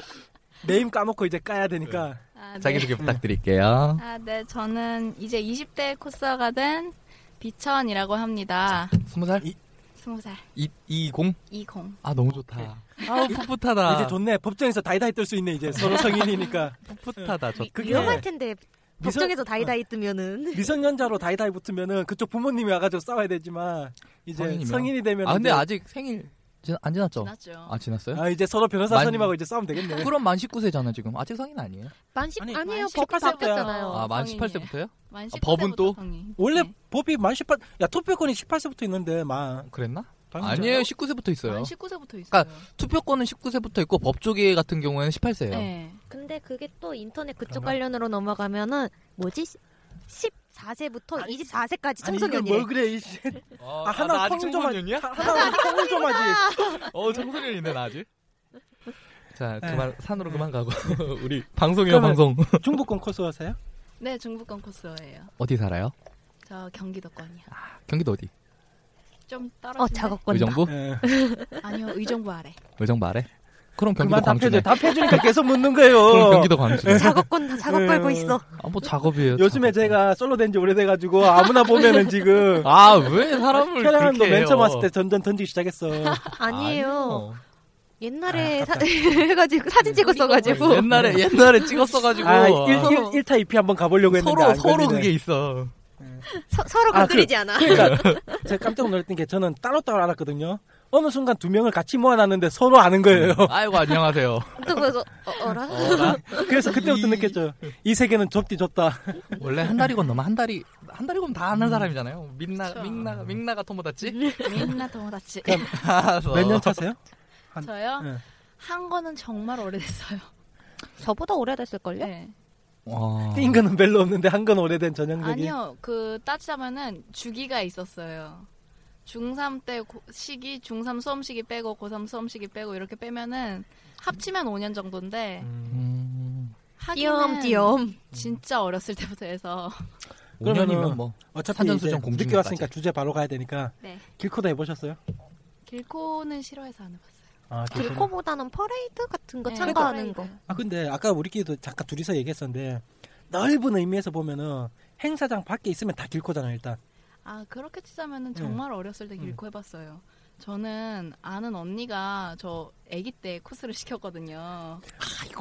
[SPEAKER 5] 네임 까놓고 이제 까야 되니까
[SPEAKER 6] 예.
[SPEAKER 8] 아, 네.
[SPEAKER 5] 음.
[SPEAKER 6] 자기소개 부탁드릴게요.
[SPEAKER 8] 아, 네. 저는 이제 20대 코스가 된 비천이라고 합니다.
[SPEAKER 6] 스무 살?
[SPEAKER 5] 이-
[SPEAKER 8] 스무 살
[SPEAKER 6] 이 이공?
[SPEAKER 8] 이공.
[SPEAKER 6] 아 너무 좋다.
[SPEAKER 5] 아우
[SPEAKER 6] 풋풋하다.
[SPEAKER 5] 이제 좋네 법정에서 다이다이 뜰 수 있네 이제
[SPEAKER 6] 예.
[SPEAKER 5] 서로 성인이니까
[SPEAKER 6] 풋풋하다. 저
[SPEAKER 5] 그게
[SPEAKER 7] 위험할 텐데
[SPEAKER 5] 미소-
[SPEAKER 7] 법정에서 다이다이 뜨면은
[SPEAKER 5] 미성년자로 다이다이 붙으면은 그쪽 부모님이 와가지고 싸워야 되지만 이제
[SPEAKER 6] 성인이면.
[SPEAKER 5] 성인이 되면
[SPEAKER 6] 아 근데 아직 생일 지- 안 지났죠?
[SPEAKER 8] 지났죠.
[SPEAKER 6] 아 지났어요?
[SPEAKER 5] 음. 아, 이제 서로 변호사
[SPEAKER 6] 만-
[SPEAKER 5] 선임하고 이제 싸우면 되겠네
[SPEAKER 6] 그럼 만 19세잖아 지금. 아직 성인 아니에요?
[SPEAKER 7] 만십
[SPEAKER 5] 아니,
[SPEAKER 7] 아니, 에요
[SPEAKER 8] 만
[SPEAKER 7] 법도
[SPEAKER 8] 18세부터
[SPEAKER 7] 바뀌었잖아요.
[SPEAKER 8] 어,
[SPEAKER 6] 아 만
[SPEAKER 8] 성인이에요.
[SPEAKER 6] 18세부터요?
[SPEAKER 8] 만
[SPEAKER 6] 아, 법은
[SPEAKER 8] 19세부터
[SPEAKER 6] 또?
[SPEAKER 8] 성인.
[SPEAKER 5] 원래
[SPEAKER 8] 네.
[SPEAKER 5] 법이 만 18... 야 투표권이 18세부터 있는데 만
[SPEAKER 6] 그랬나?
[SPEAKER 5] 당연하죠.
[SPEAKER 6] 아니에요 19세부터 있어요.
[SPEAKER 8] 만 19세부터 있어요.
[SPEAKER 6] 그러니까 투표권은 19세부터 있고 법조계 같은 경우에는 18세예요.
[SPEAKER 8] 네.
[SPEAKER 7] 근데 그게 또 인터넷 그쪽
[SPEAKER 5] 그러면-
[SPEAKER 7] 관련으로 넘어가면은 뭐지? 14세부터 24세까지
[SPEAKER 5] 아니 이걸
[SPEAKER 7] 청소년이래.
[SPEAKER 5] 뭘 그래 이씨
[SPEAKER 6] 어,
[SPEAKER 5] 아, 하나 콩좀 하지
[SPEAKER 7] 아,
[SPEAKER 5] 하- 하나 콩좀 하지
[SPEAKER 6] 어 청소년인데 나 아직. 자
[SPEAKER 5] 네.
[SPEAKER 6] 그만 산으로 그만 가고 우리 방송이요
[SPEAKER 5] 그러면-
[SPEAKER 6] 방송
[SPEAKER 5] 중부권 코스 하세요?
[SPEAKER 8] 네, 중부권 코스예요.
[SPEAKER 6] 어디 살아요?
[SPEAKER 8] 저 경기도권이요.
[SPEAKER 6] 경기도 어디?
[SPEAKER 8] 좀 떨어지네.
[SPEAKER 7] 어 작업권.
[SPEAKER 6] 그 의정부?
[SPEAKER 5] 예.
[SPEAKER 8] 아니요, 의정부 아래.
[SPEAKER 6] 의정부 아래? 그럼 경기도
[SPEAKER 5] 그만
[SPEAKER 6] 광주네.
[SPEAKER 5] 답해줘 답해주니까 계속 묻는 거예요
[SPEAKER 6] 그럼 경기도 광주네.
[SPEAKER 7] 작업권 작업
[SPEAKER 5] 음.
[SPEAKER 7] 걸고 있어.
[SPEAKER 6] 아뭐 작업이에요.
[SPEAKER 5] 요즘에
[SPEAKER 6] 작업.
[SPEAKER 5] 제가 솔로 된 지 오래돼가지고 아무나 보면은 지금
[SPEAKER 6] 아 왜 사람을
[SPEAKER 5] 쾌량한
[SPEAKER 6] 그렇게
[SPEAKER 5] 거맨 처음
[SPEAKER 6] 해요? 어.
[SPEAKER 5] 왔을 때 어. 전전 던지기 시작했어.
[SPEAKER 7] 아니에요.
[SPEAKER 6] 아니요.
[SPEAKER 7] 옛날에
[SPEAKER 5] 아,
[SPEAKER 7] 사,
[SPEAKER 5] 아깝다.
[SPEAKER 7] 해가지고 사진 찍었어가지고
[SPEAKER 6] 옛날에 옛날에 찍었어가지고
[SPEAKER 5] 네. 아,
[SPEAKER 6] 아,
[SPEAKER 5] 1, 1, 타 2피 한번 가보려고 했는데
[SPEAKER 6] 서로
[SPEAKER 5] 안
[SPEAKER 6] 서로
[SPEAKER 5] 걸리네.
[SPEAKER 6] 그게 있어.
[SPEAKER 7] 서, 로
[SPEAKER 5] 아,
[SPEAKER 7] 건드리지 않아.
[SPEAKER 5] 그러니까 제가 깜짝 놀랐던 게 저는 따로 따로 알았거든요. 어느 순간 두 명을 같이 모아놨는데 서로 아는 거예요.
[SPEAKER 6] 아이고 안녕하세요.
[SPEAKER 7] 또 그래서 어, 어라?
[SPEAKER 5] 그래서 그때부터 느꼈죠. 이 세계는 좁디 좁다.
[SPEAKER 6] 원래 한 달이건 넘어 한 달이 한 달이건 다 아는 사람이잖아요. 민나
[SPEAKER 8] 음. 그쵸. 음.
[SPEAKER 6] 민나 민나가 토모다치. 아,
[SPEAKER 8] 민나 동호다치.
[SPEAKER 6] 어.
[SPEAKER 5] 몇 년 차세요? 한-
[SPEAKER 8] 저요?
[SPEAKER 6] 네.
[SPEAKER 5] 예.
[SPEAKER 8] 한 거는 정말 오래됐어요.
[SPEAKER 7] 저보다 오래됐을걸요?
[SPEAKER 8] 네.
[SPEAKER 6] 어.
[SPEAKER 5] 띈 거는 별로 없는데 한 건 오래된 전형적인.
[SPEAKER 8] 아니요, 그 따지자면은 주기가 있었어요. 중3 때 고- 시기, 중3 수험 시기 빼고 고3 수험 시기 빼고 이렇게 빼면은 합치면 5년 정도인데
[SPEAKER 6] 음,
[SPEAKER 8] 하기는
[SPEAKER 7] 띄엄띄엄.
[SPEAKER 8] 진짜 어렸을 때부터 해서
[SPEAKER 6] 5년이면 뭐
[SPEAKER 5] 어차피
[SPEAKER 6] 사전수정
[SPEAKER 5] 이제 늦게
[SPEAKER 6] 공중까지.
[SPEAKER 5] 왔으니까 주제 바로 가야 되니까
[SPEAKER 8] 네.
[SPEAKER 5] 길코도 해보셨어요?
[SPEAKER 8] 길코는 싫어해서 안 해봤어요.
[SPEAKER 5] 아, 길코는.
[SPEAKER 7] 길코보다는 퍼레이드 같은 거
[SPEAKER 8] 네,
[SPEAKER 7] 참가하는 거.
[SPEAKER 8] 프라이드.
[SPEAKER 5] 아 근데 아까 우리끼리도 잠깐 둘이서 얘기했었는데 넓은 의미에서 보면은 행사장 밖에 있으면 다 길코잖아요 일단.
[SPEAKER 8] 아 그렇게 치자면은 정말 어렸을 때 길코 해봤어요. 저는 아는 언니가 저 아기 때 코스를 시켰거든요.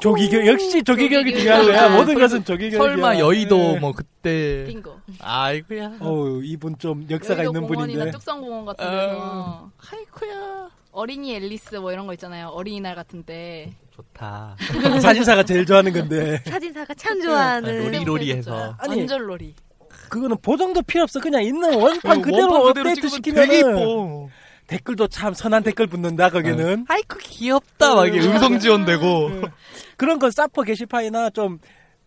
[SPEAKER 5] 조기교 역시 조기교육이
[SPEAKER 8] 조기교육.
[SPEAKER 5] 중요한 거야.
[SPEAKER 8] 아,
[SPEAKER 5] 모든
[SPEAKER 6] 설마-
[SPEAKER 5] 것은 조기교육.
[SPEAKER 6] 설마 여의도 뭐 그때
[SPEAKER 8] 빙고.
[SPEAKER 6] 아이고야.
[SPEAKER 5] 네. 어우 이분 좀 역사가
[SPEAKER 8] 여의도
[SPEAKER 5] 있는
[SPEAKER 8] 공원이나
[SPEAKER 5] 분인데.
[SPEAKER 8] 뚝성공원 같은 데서 하이쿠야 어린이 앨리스 뭐 이런 거 있잖아요 어린이날 같은 때
[SPEAKER 6] 좋다.
[SPEAKER 5] 사진사가 제일 좋아하는 건데.
[SPEAKER 7] 사진사가 참
[SPEAKER 8] 네,
[SPEAKER 6] 아,
[SPEAKER 7] 좋아하는.
[SPEAKER 6] 놀이. 로리로리해서.
[SPEAKER 5] 아니,
[SPEAKER 8] 언절놀이
[SPEAKER 5] 그거는 보정도 필요 없어. 그냥 있는 원판 그대로 업데이트 시키면
[SPEAKER 6] 되게 예뻐.
[SPEAKER 5] 댓글도 참 선한 댓글 붙는다 거기는.
[SPEAKER 6] 아이쿠 귀엽다. 막
[SPEAKER 5] 네.
[SPEAKER 6] 이게 음성 지원되고.
[SPEAKER 5] 그런 건 사퍼 게시판이나 좀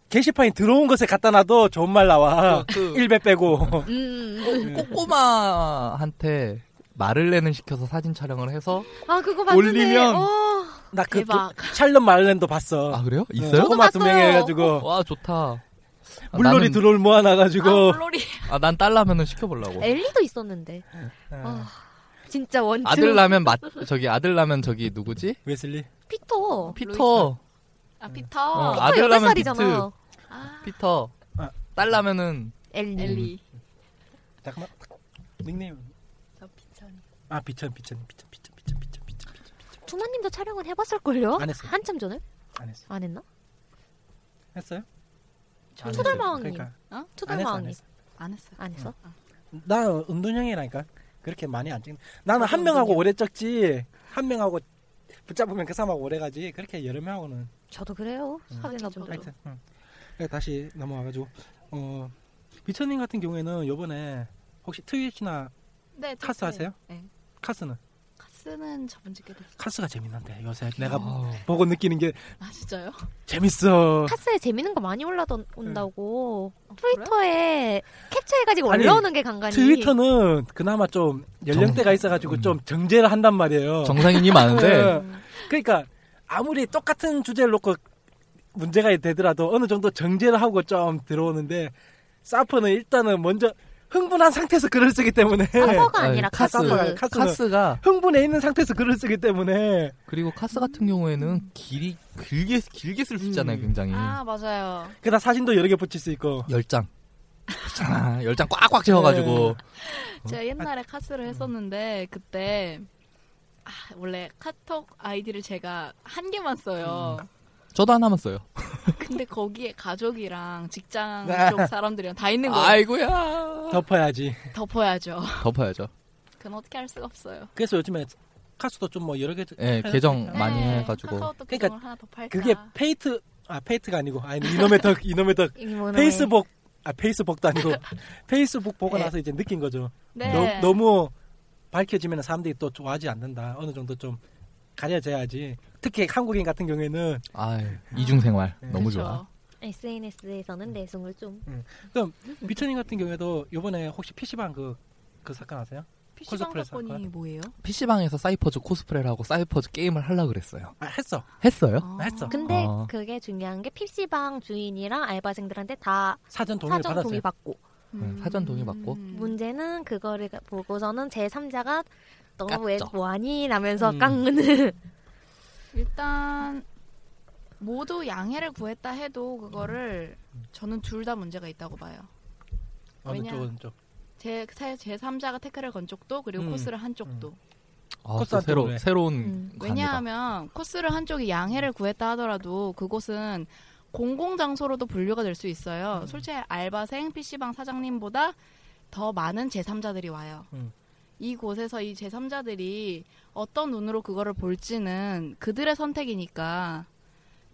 [SPEAKER 5] 게시판이 들어온 것에 갖다 놔도 좋은 말 나와.
[SPEAKER 6] 그- 그-
[SPEAKER 5] 일 1배 빼고. 네.
[SPEAKER 7] 음.
[SPEAKER 6] 꼬꼬마한테 말을 내는 시켜서 사진 촬영을 해서
[SPEAKER 7] 아 그거 봤는데.
[SPEAKER 6] 올리면-
[SPEAKER 7] 어.
[SPEAKER 5] 나그
[SPEAKER 8] 대박.
[SPEAKER 5] 샬럿 마를렌도 봤어.
[SPEAKER 6] 아 그래요? 있어요?
[SPEAKER 7] 저도
[SPEAKER 5] 꼬마 두
[SPEAKER 7] 봤어요.
[SPEAKER 5] 명 해가지고
[SPEAKER 6] 와 좋다. 아,
[SPEAKER 5] 네. 물놀이
[SPEAKER 6] 나는-
[SPEAKER 5] 드롤 모아놔가지고
[SPEAKER 8] 아 물놀이
[SPEAKER 6] 아, 난 딸라면은 시켜보려고.
[SPEAKER 7] 엘리도 있었는데. 아, 진짜 원투.
[SPEAKER 6] 아들 나면 맛 저기 아들 나면 저기 누구지?
[SPEAKER 5] 웨슬리
[SPEAKER 7] 피터.
[SPEAKER 6] 피터.
[SPEAKER 8] 아
[SPEAKER 6] 어,
[SPEAKER 8] 피터
[SPEAKER 6] 아. 아들
[SPEAKER 7] 피터
[SPEAKER 6] 나면
[SPEAKER 7] 8살이잖아.
[SPEAKER 8] 아,
[SPEAKER 6] 피터.
[SPEAKER 5] 아.
[SPEAKER 6] 딸 나면은
[SPEAKER 7] 엘리.
[SPEAKER 8] 엘리
[SPEAKER 5] 잠깐만 닉네임
[SPEAKER 8] 저 피천이
[SPEAKER 5] 아 비천 비천 비천 비천 비천 비천 비천 비천
[SPEAKER 7] 투마님도 촬영은 해봤을걸요?
[SPEAKER 5] 안 했어요.
[SPEAKER 7] 한참 전에?
[SPEAKER 5] 안 했어
[SPEAKER 7] 안 했나?
[SPEAKER 5] 했어요? 안 했어요.
[SPEAKER 7] 투덜망님.
[SPEAKER 8] 어?
[SPEAKER 5] 그러니까 안
[SPEAKER 7] 투덜망이
[SPEAKER 5] 했어,
[SPEAKER 8] 안 했어요.
[SPEAKER 7] 안 했어?
[SPEAKER 5] 나 은둔형이라니까 그렇게 많이 안 찍. 나는
[SPEAKER 7] 나도
[SPEAKER 5] 한 명하고
[SPEAKER 7] 은둔형.
[SPEAKER 5] 오래 찍지 한 명하고 붙잡으면 그 사람하고 오래 가지 그렇게 여러 명하고는
[SPEAKER 7] 저도 그래요.
[SPEAKER 5] 음.
[SPEAKER 7] 사귀나
[SPEAKER 8] 저도.
[SPEAKER 7] 보다.
[SPEAKER 5] 하여튼 응. 그러니까 다시 넘어와가지고 어 미천님 같은 경우에는 요번에 혹시 트위치나
[SPEAKER 8] 네, 저
[SPEAKER 5] 카스
[SPEAKER 8] 그래요.
[SPEAKER 5] 하세요?
[SPEAKER 8] 네.
[SPEAKER 5] 카스는
[SPEAKER 8] 카스는 저번 주게 됐어요.
[SPEAKER 5] 카스가 재밌는데 요새 내가 보고 느끼는 게
[SPEAKER 8] 아 진짜요?
[SPEAKER 5] 재밌어.
[SPEAKER 7] 카스에 재밌는 거 많이 올라온다고
[SPEAKER 8] 어, 그래요?
[SPEAKER 7] 트위터에 캡처해가지고
[SPEAKER 5] 아, 아니,
[SPEAKER 7] 올라오는 게 간간히
[SPEAKER 5] 트위터는 그나마 좀 연령대가 있어가지고
[SPEAKER 6] 음.
[SPEAKER 5] 좀 정제를 한단 말이에요.
[SPEAKER 6] 정상인이 많은데
[SPEAKER 5] 네. 그러니까 아무리 똑같은 주제를 놓고 문제가 되더라도 어느 정도 정제를 하고 좀 들어오는데 사퍼는 일단은 먼저 흥분한 상태에서 글을 쓰기 때문에
[SPEAKER 7] 사퍼가
[SPEAKER 6] 아니,
[SPEAKER 7] 아니라
[SPEAKER 6] 카스.
[SPEAKER 7] 카스.
[SPEAKER 5] 카스가- 카스는
[SPEAKER 6] 카스가
[SPEAKER 5] 흥분해 있는 상태에서 글을 쓰기 때문에
[SPEAKER 6] 그리고 카스 같은 경우에는 길이 길게 길게 쓸 수 있잖아요,
[SPEAKER 5] 음.
[SPEAKER 6] 굉장히.
[SPEAKER 8] 아 맞아요.
[SPEAKER 5] 그다 사진도 여러 개 붙일 수 있고
[SPEAKER 6] 열장. 그렇잖아. 열장 꽉꽉 채워가지고. 어?
[SPEAKER 8] 제가 옛날에 카스를
[SPEAKER 6] 음.
[SPEAKER 8] 했었는데 그때 아, 원래 카톡 아이디를 제가 한 개만 써요.
[SPEAKER 6] 음. 저도 하나만 써요.
[SPEAKER 8] 근데 거기에 가족이랑 직장
[SPEAKER 5] 네.
[SPEAKER 8] 쪽 사람들이랑 다 있는 거예요.
[SPEAKER 6] 아이고야.
[SPEAKER 5] 덮어야지.
[SPEAKER 8] 덮어야죠.
[SPEAKER 6] 덮어야죠.
[SPEAKER 8] 그건 어떻게 할 수가 없어요.
[SPEAKER 5] 그래서 요즘에 카스도 좀 뭐 여러 개
[SPEAKER 6] 예,
[SPEAKER 5] 해놨으니까.
[SPEAKER 6] 계정 많이 해가지고.
[SPEAKER 8] 네, 카카오톡
[SPEAKER 5] 그러니까
[SPEAKER 8] 계정을 하나 더 팔까.
[SPEAKER 5] 그게 페이트 아 페이트가 아니고 아니 이놈의 덕 이놈의 덕
[SPEAKER 7] 이모노의
[SPEAKER 5] 페이스북 아 페이스북도 아니고 페이스북 보고
[SPEAKER 7] 예.
[SPEAKER 8] 네.
[SPEAKER 5] 나서 이제 느낀 거죠.
[SPEAKER 8] 네.
[SPEAKER 5] 너, 무 밝혀지면 사람들이 또 좋아하지 않는다. 어느 정도 좀 가려져야지. 특히 한국인 같은 경우에는
[SPEAKER 6] 아, 이중 생활
[SPEAKER 5] 네.
[SPEAKER 6] 너무
[SPEAKER 8] 그쵸.
[SPEAKER 6] 좋아.
[SPEAKER 7] SNS에서는 내숭을 좀
[SPEAKER 5] 미천님 같은 경우에도 요번에 혹시 PC방 그, 그 사건 아세요?
[SPEAKER 8] PC방
[SPEAKER 5] 콜드플레이
[SPEAKER 8] 사건이
[SPEAKER 5] 사건?
[SPEAKER 8] 그렇죠. 뭐예요?
[SPEAKER 6] PC방에서 사이퍼즈 코스프레를 하고 사이퍼즈 게임을 하려고 그랬어요.
[SPEAKER 5] 아, 했어.
[SPEAKER 6] 했어요?
[SPEAKER 8] 아.
[SPEAKER 5] 했어.
[SPEAKER 7] 근데
[SPEAKER 6] 어.
[SPEAKER 7] 그게 중요한 게 PC방 주인이랑 알바생들한테 다
[SPEAKER 5] 사전 동의를
[SPEAKER 7] 사전
[SPEAKER 5] 받았어요.
[SPEAKER 7] 동의 받고
[SPEAKER 6] 네, 사전 동의 받고.
[SPEAKER 8] 음. 뭐
[SPEAKER 7] 문제는 그거를 보고서는 제3자가
[SPEAKER 6] 깠죠.
[SPEAKER 7] 너무 왜 뭐하니? 라면서
[SPEAKER 5] 음.
[SPEAKER 7] 깡는
[SPEAKER 8] 일단 모두 양해를 구했다 해도 그거를 저는 둘 다 문제가 있다고 봐요.
[SPEAKER 5] 어느
[SPEAKER 8] 왜냐?
[SPEAKER 5] 쪽, 어느 쪽.
[SPEAKER 8] 제, 제 3자가 태클을 건 쪽도 그리고
[SPEAKER 5] 음.
[SPEAKER 8] 코스를 한 쪽도
[SPEAKER 6] 아,
[SPEAKER 5] 코스
[SPEAKER 6] 또
[SPEAKER 5] 안
[SPEAKER 6] 새로
[SPEAKER 5] 때문에.
[SPEAKER 6] 새로운
[SPEAKER 7] 음.
[SPEAKER 6] 거 아니다.
[SPEAKER 8] 왜냐하면 코스를 한 쪽이 양해를 구했다 하더라도 그곳은 공공장소로도 분류가 될 수 있어요.
[SPEAKER 5] 음.
[SPEAKER 8] 솔직히 알바생, PC방 사장님보다 더 많은 제3자들이 와요.
[SPEAKER 5] 음.
[SPEAKER 8] 이곳에서 이 제3자들이 어떤 눈으로 그거를 볼지는 그들의 선택이니까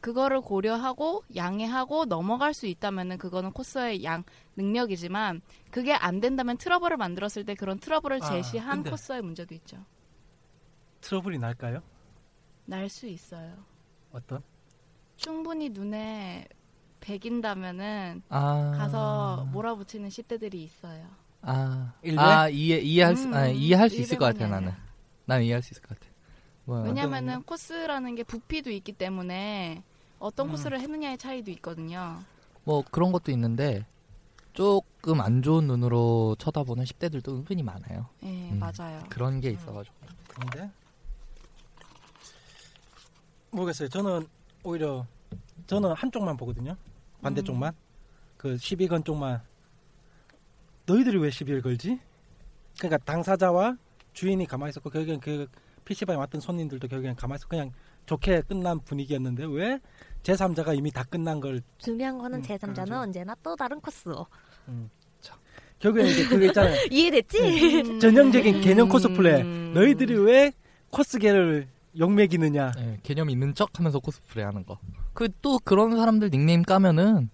[SPEAKER 8] 그거를 고려하고 양해하고 넘어갈 수 있다면은 그거는 코스의 양 능력이지만 그게 안 된다면 트러블을 만들었을 때 그런 트러블을
[SPEAKER 5] 아,
[SPEAKER 8] 제시한
[SPEAKER 5] 근데-
[SPEAKER 8] 코스의 문제도 있죠.
[SPEAKER 5] 트러블이 날까요?
[SPEAKER 8] 날 수 있어요.
[SPEAKER 5] 어떤?
[SPEAKER 8] 충분히 눈에 배긴다면은
[SPEAKER 6] 아.
[SPEAKER 8] 가서 몰아붙이는 10대들이 있어요.
[SPEAKER 6] 아.
[SPEAKER 5] 일베?
[SPEAKER 6] 아, 이해 이해할 수
[SPEAKER 8] 음,
[SPEAKER 6] 아니, 이해할 수 있을 것 같아
[SPEAKER 8] 일베만이
[SPEAKER 6] 나는. 난 이해할 수 있을 것 같아. 뭐,
[SPEAKER 8] 왜냐면은 코스라는 게 부피도 있기 때문에 어떤
[SPEAKER 5] 음.
[SPEAKER 8] 코스를 했느냐의 차이도 있거든요.
[SPEAKER 6] 뭐 그런 것도 있는데 조금 안 좋은 눈으로 쳐다보는 10대들도 은근히 많아요.
[SPEAKER 8] 예,
[SPEAKER 6] 음.
[SPEAKER 8] 맞아요.
[SPEAKER 6] 그런 게 있어가지고.
[SPEAKER 5] 근데 모르겠어요. 저는 오히려 저는 한쪽만 보거든요. 반대쪽만
[SPEAKER 8] 음.
[SPEAKER 5] 그 12건 쪽만 너희들이 왜 시비를 걸지? 그러니까 당사자와 주인이 가만히 있었고 결국엔 그 PC방에 왔던 손님들도 결국엔 가만히 있었고 그냥 좋게 끝난 분위기였는데 왜 제3자가 이미 다 끝난 걸
[SPEAKER 7] 중요한 거는
[SPEAKER 5] 음,
[SPEAKER 7] 제3자는
[SPEAKER 5] 그래가지고.
[SPEAKER 7] 언제나 또 다른 코스어
[SPEAKER 5] 결국엔 이제 그게 있잖아요.
[SPEAKER 7] 이해됐지?
[SPEAKER 8] 음.
[SPEAKER 5] 전형적인 개념 코스프레.
[SPEAKER 8] 음.
[SPEAKER 5] 너희들이 왜 코스계를 욕먹이느냐.
[SPEAKER 6] 예, 개념 있는 척 하면서 코스프레 하는 거. 그 또 그런 사람들 닉네임 까면은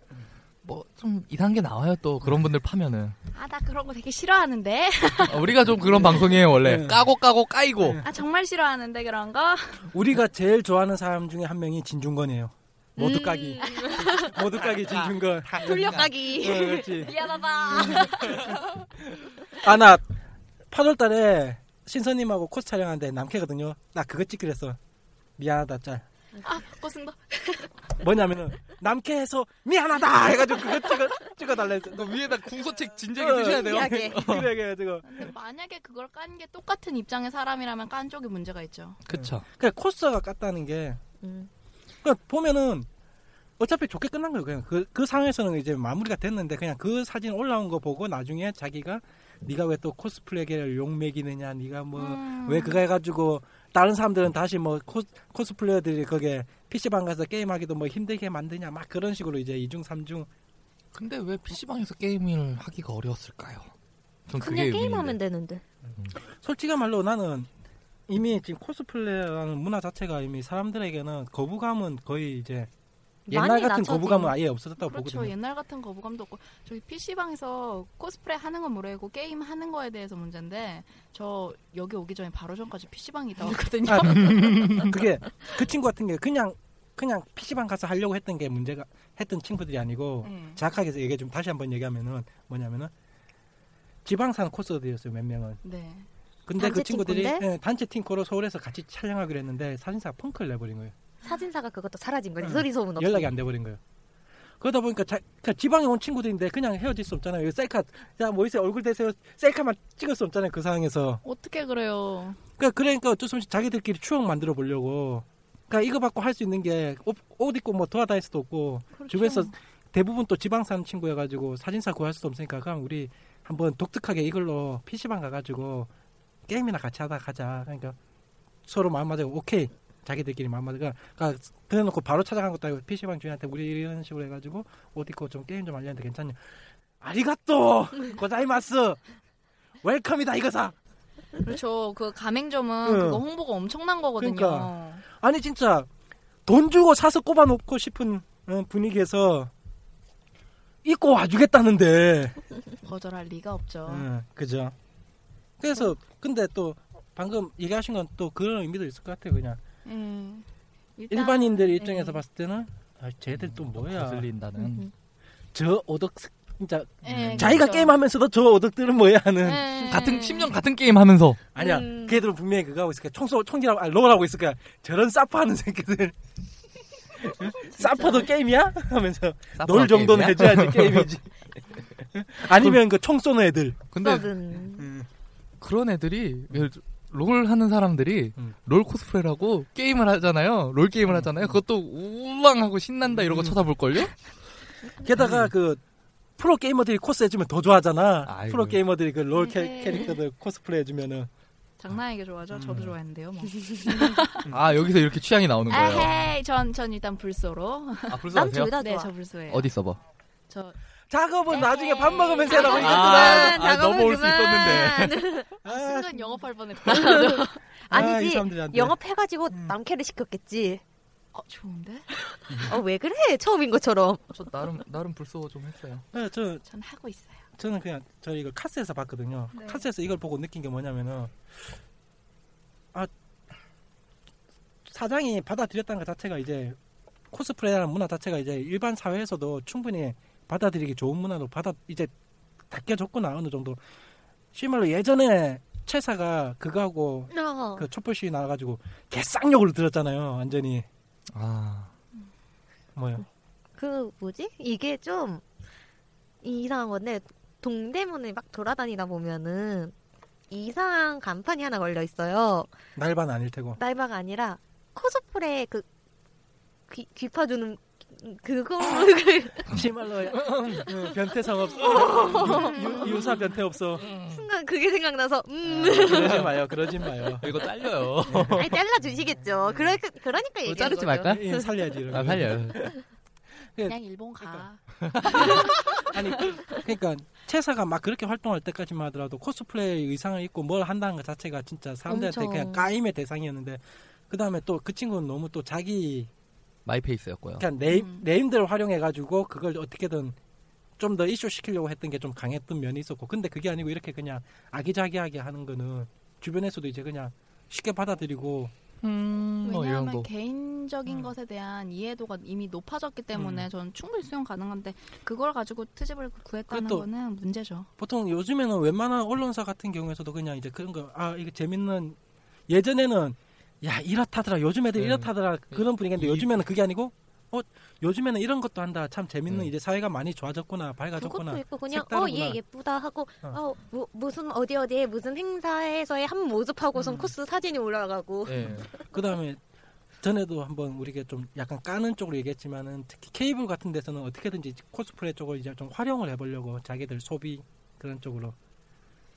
[SPEAKER 6] 뭐 좀 이상한 게 나와요 또 그런 분들 파면은
[SPEAKER 8] 아, 나 그런 거 되게 싫어하는데.
[SPEAKER 6] 아, 우리가 좀 그런 방송이에요 원래
[SPEAKER 5] 네.
[SPEAKER 6] 까고 까고 까이고
[SPEAKER 8] 아, 정말 싫어하는데 그런 거.
[SPEAKER 5] 우리가 제일 좋아하는 사람 중에 한 명이 진중건이에요. 모두 까기. 모두 까기 진중건.
[SPEAKER 7] 음.
[SPEAKER 6] 그러니까.
[SPEAKER 7] 돌려가기
[SPEAKER 5] 어, 그렇지.
[SPEAKER 7] 미안하다
[SPEAKER 5] 아, 나 8월 달에 신선님하고 코스 촬영하는데 남캐거든요. 나 그거 찍기로 했어. 미안하다, 짤.
[SPEAKER 8] 아, 바꿔쓴 거.
[SPEAKER 5] 뭐냐면은 남캐에서 미안하다 해가지고 그거 찍어 찍어달라 했어.
[SPEAKER 6] 위에다 궁서책 진작에
[SPEAKER 5] 쓰셔야
[SPEAKER 6] 돼요.
[SPEAKER 8] 네.
[SPEAKER 5] 그래 해가지고
[SPEAKER 8] 근데 만약에 그걸 깐 게 똑같은 입장의 사람이라면 깐 쪽에 문제가 있죠.
[SPEAKER 6] 그쵸.
[SPEAKER 5] 그냥 코스가 깠다는 게
[SPEAKER 7] 음.
[SPEAKER 5] 그냥 보면은 어차피 좋게 끝난 거예요. 그냥 그, 그 상황에서는 이제 마무리가 됐는데 그냥 그 사진 올라온 거 보고 나중에 자기가 네가 왜 또 코스프레계를 욕먹이느냐, 네가 뭐 왜
[SPEAKER 8] 음.
[SPEAKER 5] 그거 해가지고 다른 사람들은 다시 뭐 코, 스플레이어들이 그게 PC방 가서 게임하기도 뭐 힘들게 만드냐 막 그런 식으로 이제 이중 삼중
[SPEAKER 6] 근데 왜 PC방에서 게임을 하기가 어려웠을까요? 전 그게
[SPEAKER 7] 그냥 게임하면
[SPEAKER 6] 의문인데.
[SPEAKER 7] 되는데.
[SPEAKER 5] 솔직한 말로 나는 이미 지금 코스플레라는 문화 자체가 이미 사람들에게는 거부감은 거의 이제 옛날
[SPEAKER 7] 많이
[SPEAKER 5] 같은
[SPEAKER 7] 낮아진-
[SPEAKER 5] 거부감은 아예 없어졌다고
[SPEAKER 8] 그렇죠.
[SPEAKER 5] 보거든요.
[SPEAKER 8] 옛날 같은 거부감도 없고 저기 PC방에서 코스프레 하는 건 모르겠고 게임 하는 거에 대해서 문제인데 저 여기 오기 전에 바로 전까지 PC방에 있다 왔거든요.
[SPEAKER 5] 아, 그게 그 친구 같은 게 그냥 그냥 PC방 가서 하려고 했던 게 문제가 했던 친구들이 아니고
[SPEAKER 7] 음.
[SPEAKER 8] 네.
[SPEAKER 5] 정확하게 얘기 좀 다시 한번 얘기하면은 뭐냐면은 지방 사는 코스들이었어요 몇 명은.
[SPEAKER 8] 네.
[SPEAKER 5] 근데 그
[SPEAKER 7] 단체
[SPEAKER 5] 친구들이
[SPEAKER 7] 팀코인데?
[SPEAKER 5] 예, 단체 팀코로 서울에서 같이 촬영하기로 했는데 사진사 펑크를 내버린 거예요.
[SPEAKER 7] 사진사가 그것도 사라진 거예요. 소리 소문
[SPEAKER 5] 음.
[SPEAKER 7] 없이.
[SPEAKER 5] 연락이 안 돼버린 거예요. 그러다 보니까 자, 그 지방에 온 친구들인데 그냥 헤어질 수 없잖아요. 이거 셀카 야 모이세요 얼굴 대세요 셀카만 찍을 수 없잖아요 그 상황에서.
[SPEAKER 8] 어떻게 그래요?
[SPEAKER 5] 그러니까, 그러니까 어쩔 수 없이 자기들끼리 추억 만들어 보려고. 그러니까 이거 받고 할 수 있는 게 옷 입고 뭐 돌아다닐 수도 없고
[SPEAKER 8] 그렇죠.
[SPEAKER 5] 주변에서 대부분 또 지방 사는 친구여가지고 사진사 구할 수도 없으니까 그럼 우리 한번 독특하게 이걸로 PC방 가가지고 게임이나 같이 하다 가자. 그러니까 서로 마음 맞아고 오케이. 자기들끼리 마음 맞아가 그러니까 그래놓고 바로 찾아간 것도 아니고 PC방 주인한테 우리 이런 식으로 해가지고 옷 입고 좀 게임 좀 알려는데 괜찮냐? 아리가또 고자이마스 웰컴이다 이거사.
[SPEAKER 8] 그렇죠. 그 가맹점은
[SPEAKER 5] 응.
[SPEAKER 8] 그거 홍보가 엄청난 거거든요.
[SPEAKER 5] 그러니까. 아니 진짜 돈 주고 사서 꼽아놓고 싶은 어, 분위기에서 입고 와주겠다는데
[SPEAKER 8] 거절할 리가 없죠.
[SPEAKER 5] 응, 그죠 그래서 근데 또 방금 얘기하신 건 또 그런 의미도 있을 것 같아요 그냥
[SPEAKER 8] 음. 일단-
[SPEAKER 5] 일반인들 입장에서
[SPEAKER 8] 네.
[SPEAKER 5] 봤을 때는 아, 쟤들 또 뭐야
[SPEAKER 6] 어, 거슬린다는.
[SPEAKER 5] 저 오덕 진짜
[SPEAKER 8] 네,
[SPEAKER 5] 음. 자기가
[SPEAKER 8] 음. 그렇죠.
[SPEAKER 5] 게임하면서도 저 오덕들은 뭐야 하는
[SPEAKER 8] 네.
[SPEAKER 6] 같은 10년 같은 게임 하면서
[SPEAKER 5] 아니야
[SPEAKER 8] 음.
[SPEAKER 5] 걔들은 분명히 그거 하고 있을 거야 총소 총기라고 아니 로라고 있을 거야 저런 사파하는 새끼들 사파도 게임이야 하면서 놀 정도는 해줘야지 게임이지. 아니면 그 총 쏘는 애들.
[SPEAKER 6] 근데
[SPEAKER 7] 썩은.
[SPEAKER 5] 음.
[SPEAKER 6] 그런 애들이 예를 들- 롤 하는 사람들이
[SPEAKER 5] 음.
[SPEAKER 6] 롤 코스프레라고 게임을 하잖아요. 롤 게임을 하잖아요. 그것도 우왕하고 신난다 이러고 쳐다볼 걸요?
[SPEAKER 5] 게다가 그 프로 게이머들이 코스 해주면 더 좋아하잖아.
[SPEAKER 6] 아이고.
[SPEAKER 5] 프로 게이머들이 그 롤
[SPEAKER 8] 음.
[SPEAKER 5] 캐릭터들 코스프레 해주면은
[SPEAKER 8] 장난이게 좋아하죠.
[SPEAKER 5] 음.
[SPEAKER 8] 저도 좋아했는데요. 뭐. 아,
[SPEAKER 6] 아 여기서 이렇게 취향이 나오는 거예요.
[SPEAKER 8] 에헤이, 전, 전 일단 불소로.
[SPEAKER 6] 아
[SPEAKER 5] 음.
[SPEAKER 6] 불쏘
[SPEAKER 7] 난
[SPEAKER 6] 아세요?
[SPEAKER 7] 둘다
[SPEAKER 8] 네,
[SPEAKER 7] 좋아.
[SPEAKER 8] 저 불소예요.
[SPEAKER 6] 어디 서버?
[SPEAKER 8] 저
[SPEAKER 5] 작업은
[SPEAKER 8] 에이.
[SPEAKER 5] 나중에 밥 먹으면서 해라고
[SPEAKER 8] 아,
[SPEAKER 5] 했잖아.
[SPEAKER 6] 아, 넘어올 수 있었는데.
[SPEAKER 5] 아,
[SPEAKER 8] 순간 영업할 뻔했다.
[SPEAKER 5] 아, 이 음.
[SPEAKER 7] 아니지.
[SPEAKER 5] 사람들이 안 돼.
[SPEAKER 7] 영업해가지고 남캐를 시켰겠지.
[SPEAKER 8] 어, 좋은데?
[SPEAKER 7] 어 왜 그래? 처음인 것처럼.
[SPEAKER 8] 어.
[SPEAKER 6] 저 나름 나름 불쏘 좀 했어요.
[SPEAKER 5] 네, 저
[SPEAKER 8] 전 하고 있어요.
[SPEAKER 5] 저는 그냥 저 이거 카스에서 봤거든요.
[SPEAKER 8] 네.
[SPEAKER 5] 카스에서 이걸 보고 느낀 게 뭐냐면은 아 사장이 받아들였다는 것 자체가 이제 코스프레라는 문화 자체가 이제 일반 사회에서도 충분히 받아들이기 좋은 문화로 받아 이제 닦여졌구나 어느 정도. 실말로 예전에 최사가 그거하고
[SPEAKER 7] 어.
[SPEAKER 5] 그 촛불 시위 나와가지고 개쌍욕을 들었잖아요. 완전히
[SPEAKER 6] 아
[SPEAKER 5] 뭐요?
[SPEAKER 7] 그 뭐지? 이게 좀 이상한 건데 동대문을 막 돌아다니다 보면은 이상한 간판이 하나 걸려 있어요.
[SPEAKER 5] 날반 아닐 테고.
[SPEAKER 7] 날바가 아니라 코스프레 그 귀, 귀파 주는 그거
[SPEAKER 6] 음.
[SPEAKER 5] 실말로 응, 변태 상업 유- 유- 유사 변태 없어.
[SPEAKER 7] 순간 그게 생각나서 음
[SPEAKER 5] 그러지 마요. 그러지 마요.
[SPEAKER 6] 아, 이거 잘려요.
[SPEAKER 7] 아니 잘라 주시겠죠. 그러 그러니까 얘기하는
[SPEAKER 6] 음. 뭐 자르지
[SPEAKER 7] 거죠.
[SPEAKER 6] 말까?
[SPEAKER 5] 예, 살려야지 이런
[SPEAKER 6] 아
[SPEAKER 5] 거.
[SPEAKER 6] 살려요.
[SPEAKER 8] 그냥 일본 가.
[SPEAKER 5] 아니 그러니까 최사가 막 그렇게 활동할 때까지만 하더라도 코스프레 의상을 입고 뭘 한다는 것 자체가 진짜 사람들한테
[SPEAKER 7] 엄청.
[SPEAKER 5] 그냥 까임의 대상이었는데 그 다음에 또 그 친구는 너무 또 자기
[SPEAKER 6] 마이페이스였고요.
[SPEAKER 5] 그냥 네임
[SPEAKER 8] 음.
[SPEAKER 5] 네임들을 활용해가지고 그걸 어떻게든 좀 더 이슈 시키려고 했던 게 좀 강했던 면이 있었고 근데 그게 아니고 이렇게 그냥 아기자기하게 하는 거는 주변에서도 이제 그냥 쉽게 받아들이고
[SPEAKER 6] 음, 뭐 이런
[SPEAKER 8] 왜냐하면
[SPEAKER 6] 거.
[SPEAKER 8] 개인적인
[SPEAKER 5] 음.
[SPEAKER 8] 것에 대한 이해도가 이미 높아졌기 때문에
[SPEAKER 5] 음.
[SPEAKER 8] 저는 충분히 수용 가능한데 그걸 가지고 트집을 구했다는
[SPEAKER 5] 그것도-
[SPEAKER 8] 거는 문제죠.
[SPEAKER 5] 보통 요즘에는 웬만한 언론사 같은 경우에서도 그냥 이제 그런 거 아 이거 재밌는 예전에는 야 이렇다더라 요즘 애들
[SPEAKER 6] 네.
[SPEAKER 5] 이렇다더라 그런 분위기인데
[SPEAKER 6] 이-
[SPEAKER 5] 요즘에는 그게 아니고 어 요즘에는 이런 것도 한다 참 재밌는
[SPEAKER 6] 네.
[SPEAKER 5] 이제 사회가 많이 좋아졌구나
[SPEAKER 7] 그것도
[SPEAKER 5] 밝아졌구나
[SPEAKER 7] 있고 그냥
[SPEAKER 5] 색다르구나.
[SPEAKER 7] 어얘 예쁘다 하고
[SPEAKER 5] 어.
[SPEAKER 7] 어, 뭐, 무슨 어디 어디에 무슨 행사에서의 한 모습하고선
[SPEAKER 5] 음.
[SPEAKER 7] 코스 사진이 올라가고
[SPEAKER 6] 예.
[SPEAKER 5] 그 다음에 전에도 한번 우리가 좀 약간 까는 쪽으로 얘기했지만은 특히 케이블 같은 데서는 어떻게든지 코스프레 쪽을 이제 좀 활용을 해보려고 자기들 소비 그런 쪽으로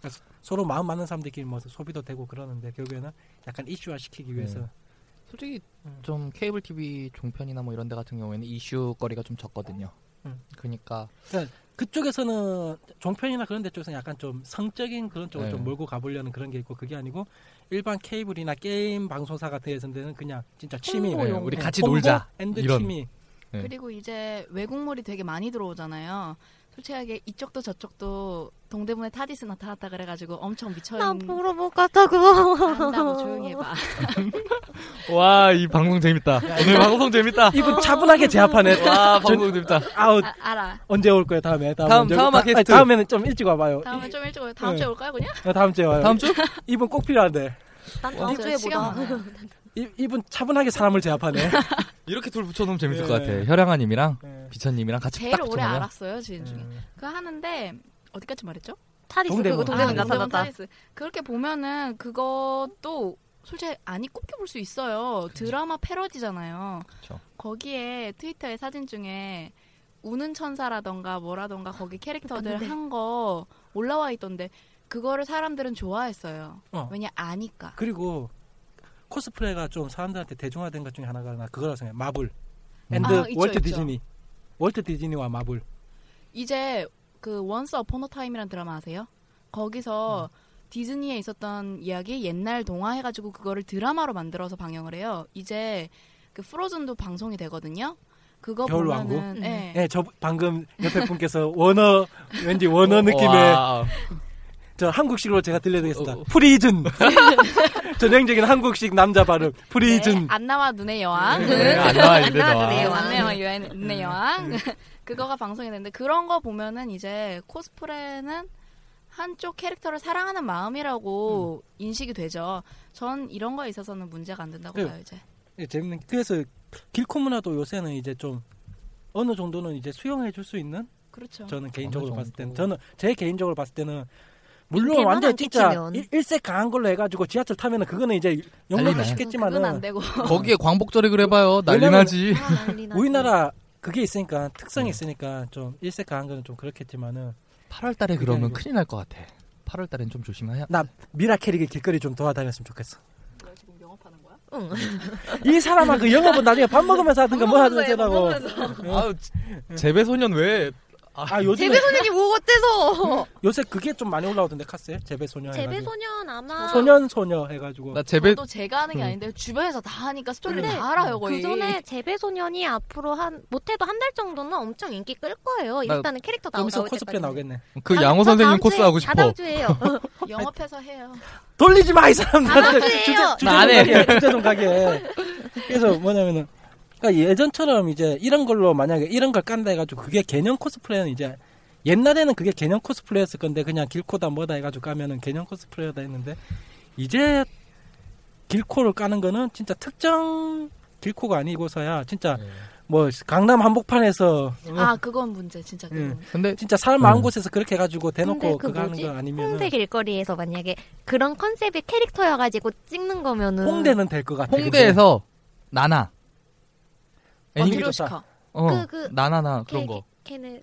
[SPEAKER 5] 그러니까 서- 서로 마음 맞는 사람들끼리 뭐 소비도 되고 그러는데 결국에는 약간 이슈화 시키기 위해서
[SPEAKER 6] 네. 솔직히
[SPEAKER 5] 음.
[SPEAKER 6] 좀 케이블 TV 종편이나 뭐 이런 데 같은 경우에는 이슈거리가 좀 적거든요. 그러니까
[SPEAKER 5] 그쪽에서는 종편이나 그런 데 쪽에서는 약간 좀 성적인 그런 쪽을
[SPEAKER 6] 네.
[SPEAKER 5] 좀 몰고 가보려는 그런 게 있고 그게 아니고 일반 케이블이나 게임 방송사 같은 데서는 그냥 진짜 취미
[SPEAKER 8] 홍보용.
[SPEAKER 6] 우리
[SPEAKER 5] 네,
[SPEAKER 6] 같이
[SPEAKER 5] 홍보
[SPEAKER 6] 놀자.
[SPEAKER 5] 앤드
[SPEAKER 6] 이런.
[SPEAKER 5] 취미
[SPEAKER 6] 네.
[SPEAKER 8] 그리고 이제 외국물이 되게 많이 들어오잖아요. 솔직하게 이쪽도 저쪽도 동대문에 타디스 나타났다 그래가지고 엄청 미쳐
[SPEAKER 7] 나
[SPEAKER 8] 있는
[SPEAKER 7] 보러 못 갔다고.
[SPEAKER 8] 안다고 조용히 해봐.
[SPEAKER 6] 와 이 방송 재밌다. 오늘 방송 재밌다.
[SPEAKER 5] 이분 차분하게 제압하네
[SPEAKER 6] 와 방송 재밌다.
[SPEAKER 5] 아우
[SPEAKER 8] 아, 알아.
[SPEAKER 5] 언제 올 거예요 다음에
[SPEAKER 6] 다음-
[SPEAKER 5] 언제 올
[SPEAKER 6] 다음
[SPEAKER 5] 거야?
[SPEAKER 6] 팟캐스트.
[SPEAKER 5] 아니, 다음에는 좀 일찍 와봐요
[SPEAKER 8] 다음에 좀 일찍 와요. 다음
[SPEAKER 5] 네.
[SPEAKER 8] 주에 올까요 그냥?
[SPEAKER 5] 어, 다음 주에 와요
[SPEAKER 6] 다음 주?
[SPEAKER 5] 이분 꼭 필요한데
[SPEAKER 7] 난 다음
[SPEAKER 8] 저
[SPEAKER 7] 주에
[SPEAKER 8] 어, 시간
[SPEAKER 7] 보다.
[SPEAKER 8] 많아요.
[SPEAKER 5] 이, 이분 차분하게 사람을 제압하네
[SPEAKER 6] 이렇게 둘 붙여놓으면 재밌을
[SPEAKER 5] 예.
[SPEAKER 6] 것 같아. 혈양아님이랑
[SPEAKER 5] 네.
[SPEAKER 6] 비천님이랑 같이
[SPEAKER 8] 제일
[SPEAKER 6] 딱
[SPEAKER 8] 오래
[SPEAKER 6] 붙여놓으면.
[SPEAKER 8] 알았어요 지인 중에. 그거 하는데 어디까지 말했죠?
[SPEAKER 7] 탈이스
[SPEAKER 5] 동대문.
[SPEAKER 7] 그거 동대문
[SPEAKER 8] 아,
[SPEAKER 7] 나타났다.
[SPEAKER 8] 타디스. 그렇게 보면은 그것도 솔직히 안이 꼽혀볼 수 있어요. 드라마 패러디잖아요.
[SPEAKER 6] 그쵸.
[SPEAKER 8] 거기에 트위터의 사진 중에 우는 천사라던가 뭐라던가 거기 캐릭터들 한 거 올라와 있던데 그거를 사람들은 좋아했어요.
[SPEAKER 5] 어.
[SPEAKER 8] 왜냐 아니까.
[SPEAKER 5] 그리고 코스프레가 좀 사람들한테 대중화된 것 중에 하나가 나 그거라 생각해 마블
[SPEAKER 6] 음.
[SPEAKER 5] 앤드
[SPEAKER 8] 아, 있죠,
[SPEAKER 5] 월트
[SPEAKER 8] 있죠.
[SPEAKER 5] 디즈니 월트 디즈니와 마블
[SPEAKER 8] 이제 그 원스 어폰 어 타임이란 드라마 아세요? 거기서
[SPEAKER 5] 음.
[SPEAKER 8] 디즈니에 있었던 이야기 옛날 동화 해가지고 그거를 드라마로 만들어서 방영을 해요. 이제 그 프로즌도 방송이 되거든요. 그거
[SPEAKER 5] 겨울왕국?
[SPEAKER 8] 보면은 네.
[SPEAKER 5] 네, 저 방금 옆에 분께서 원어 왠지 원어 느낌의
[SPEAKER 6] 와.
[SPEAKER 5] 저 한국식으로 제가 들려드리겠습니다.
[SPEAKER 6] 어, 어.
[SPEAKER 5] 프리즌 전형적인 한국식 남자 발음
[SPEAKER 7] 네.
[SPEAKER 5] 프리즌
[SPEAKER 8] 네, 안나와 눈의 여왕.
[SPEAKER 6] 네, 안 나와 이래
[SPEAKER 7] 눈의
[SPEAKER 6] 나와.
[SPEAKER 7] 여왕.
[SPEAKER 8] 안나와
[SPEAKER 5] 네.
[SPEAKER 8] 눈의 여왕. 그거가 방송이 되는데 그런 거 보면은 이제 코스프레는 한쪽 캐릭터를 사랑하는 마음이라고 인식이 되죠. 전 이런 거에 있어서는 문제가 안 된다고
[SPEAKER 5] 그래요.
[SPEAKER 8] 봐요 이제.
[SPEAKER 5] 예, 재밌는 게 그래서 길코 문화도 요새는 이제 좀 어느 정도는 이제 수용해 줄 수 있는
[SPEAKER 7] 네.
[SPEAKER 8] 그렇죠.
[SPEAKER 5] 저는 개인적으로
[SPEAKER 6] 정도.
[SPEAKER 5] 봤을 때는 저는 제 개인적으로 봤을 때는 물론
[SPEAKER 7] 밑에만
[SPEAKER 5] 완전
[SPEAKER 7] 안
[SPEAKER 5] 진짜
[SPEAKER 7] 끼치면.
[SPEAKER 5] 일- 일색 강한 걸로 해가지고 지하철 타면은 그거는 이제
[SPEAKER 6] 난리나요.
[SPEAKER 5] 영락을
[SPEAKER 6] 네.
[SPEAKER 8] 그건 안
[SPEAKER 5] 시켰지만은
[SPEAKER 8] 되고.
[SPEAKER 6] 거기에 광복절액을 해봐요. 난리
[SPEAKER 5] 왜냐면은-
[SPEAKER 6] 나지.
[SPEAKER 7] 아, 난리 나지.
[SPEAKER 5] 우리나라 그게 있으니까 특성이
[SPEAKER 6] 네.
[SPEAKER 5] 있으니까 좀 일색 강한 거는 좀 그렇겠지만은
[SPEAKER 6] 8월 달에 그러면
[SPEAKER 5] 그게 아니고.
[SPEAKER 6] 큰일 날 것 같아. 8월 달엔 좀 조심해야.
[SPEAKER 5] 나 미라클에게 길거리 좀 도와다녔으면 좋겠어.
[SPEAKER 8] 지금 영업하는 거야?
[SPEAKER 7] 응.
[SPEAKER 5] 이 사람아 그 영업은 나중에 밥 먹으면서 하든가 뭐 하든가라고.
[SPEAKER 6] 아, 재배 소년 왜?
[SPEAKER 5] 아 요즘
[SPEAKER 7] 재배 소년이 뭐 어때서?
[SPEAKER 5] 요새 그게 좀 많이 올라오던데 카스에 재배 소녀
[SPEAKER 7] 재배
[SPEAKER 5] 해가지고.
[SPEAKER 7] 소년 아마
[SPEAKER 5] 소년 소녀 해가지고.
[SPEAKER 6] 나 네,
[SPEAKER 7] 어,
[SPEAKER 6] 재배
[SPEAKER 8] 또 제가 하는 게
[SPEAKER 5] 음.
[SPEAKER 8] 아닌데 주변에서 다 하니까 스토리를
[SPEAKER 7] 근데
[SPEAKER 8] 다 알아요 거의.
[SPEAKER 7] 그 전에 재배 소년이 앞으로 한 못해도 한 달 정도는 엄청 인기 끌 거예요.
[SPEAKER 6] 나
[SPEAKER 7] 일단은 캐릭터 나오
[SPEAKER 5] 좀 있으면
[SPEAKER 7] 나올
[SPEAKER 5] 코스프레
[SPEAKER 7] 때까지.
[SPEAKER 5] 나오겠네.
[SPEAKER 6] 그
[SPEAKER 7] 다음-
[SPEAKER 6] 양호
[SPEAKER 7] 저
[SPEAKER 6] 선생님
[SPEAKER 7] 다음
[SPEAKER 6] 코스
[SPEAKER 7] 주에-
[SPEAKER 6] 하고
[SPEAKER 7] 아,
[SPEAKER 6] 싶어.
[SPEAKER 7] 다음 주에요.
[SPEAKER 8] 영업해서 해요.
[SPEAKER 5] 돌리지 마 이
[SPEAKER 7] 다음
[SPEAKER 5] 사람들한테.
[SPEAKER 7] 주에요.
[SPEAKER 5] 주제 주제
[SPEAKER 6] 나안
[SPEAKER 5] 좀
[SPEAKER 6] 해.
[SPEAKER 5] 가게. 주제 좀 가게. 그래서 뭐냐면은 그러니까 예전처럼 이제 이런 걸로 만약에 이런 걸 깐다 해가지고 그게 개념 코스프레는 이제 옛날에는 그게 개념 코스프레였을 건데 그냥 길코다 뭐다 해가지고 까면은 개념 코스프레다 했는데 이제 길코를 까는 거는 진짜 특정 길코가 아니고서야 진짜
[SPEAKER 6] 네.
[SPEAKER 5] 뭐 강남 한복판에서 어,
[SPEAKER 6] 음.
[SPEAKER 8] 아 그건 문제 진짜. 그건.
[SPEAKER 6] 근데
[SPEAKER 5] 진짜 사람 많은
[SPEAKER 6] 음.
[SPEAKER 5] 곳에서 그렇게 해가지고
[SPEAKER 7] 근데
[SPEAKER 5] 대놓고
[SPEAKER 7] 그
[SPEAKER 5] 그거 하는
[SPEAKER 7] 뭐지?
[SPEAKER 5] 거 아니면
[SPEAKER 7] 홍대 길거리에서 만약에 그런 컨셉의 캐릭터여가지고 찍는 거면은
[SPEAKER 5] 홍대는 될 것 같아.
[SPEAKER 6] 홍대에서 나나.
[SPEAKER 5] 어,
[SPEAKER 8] 아,
[SPEAKER 6] 애니
[SPEAKER 5] 그래.
[SPEAKER 8] 디로시카.
[SPEAKER 6] 어,
[SPEAKER 7] 그- 그-
[SPEAKER 6] 나나나 그런
[SPEAKER 7] 걔-
[SPEAKER 6] 거.
[SPEAKER 7] 걔는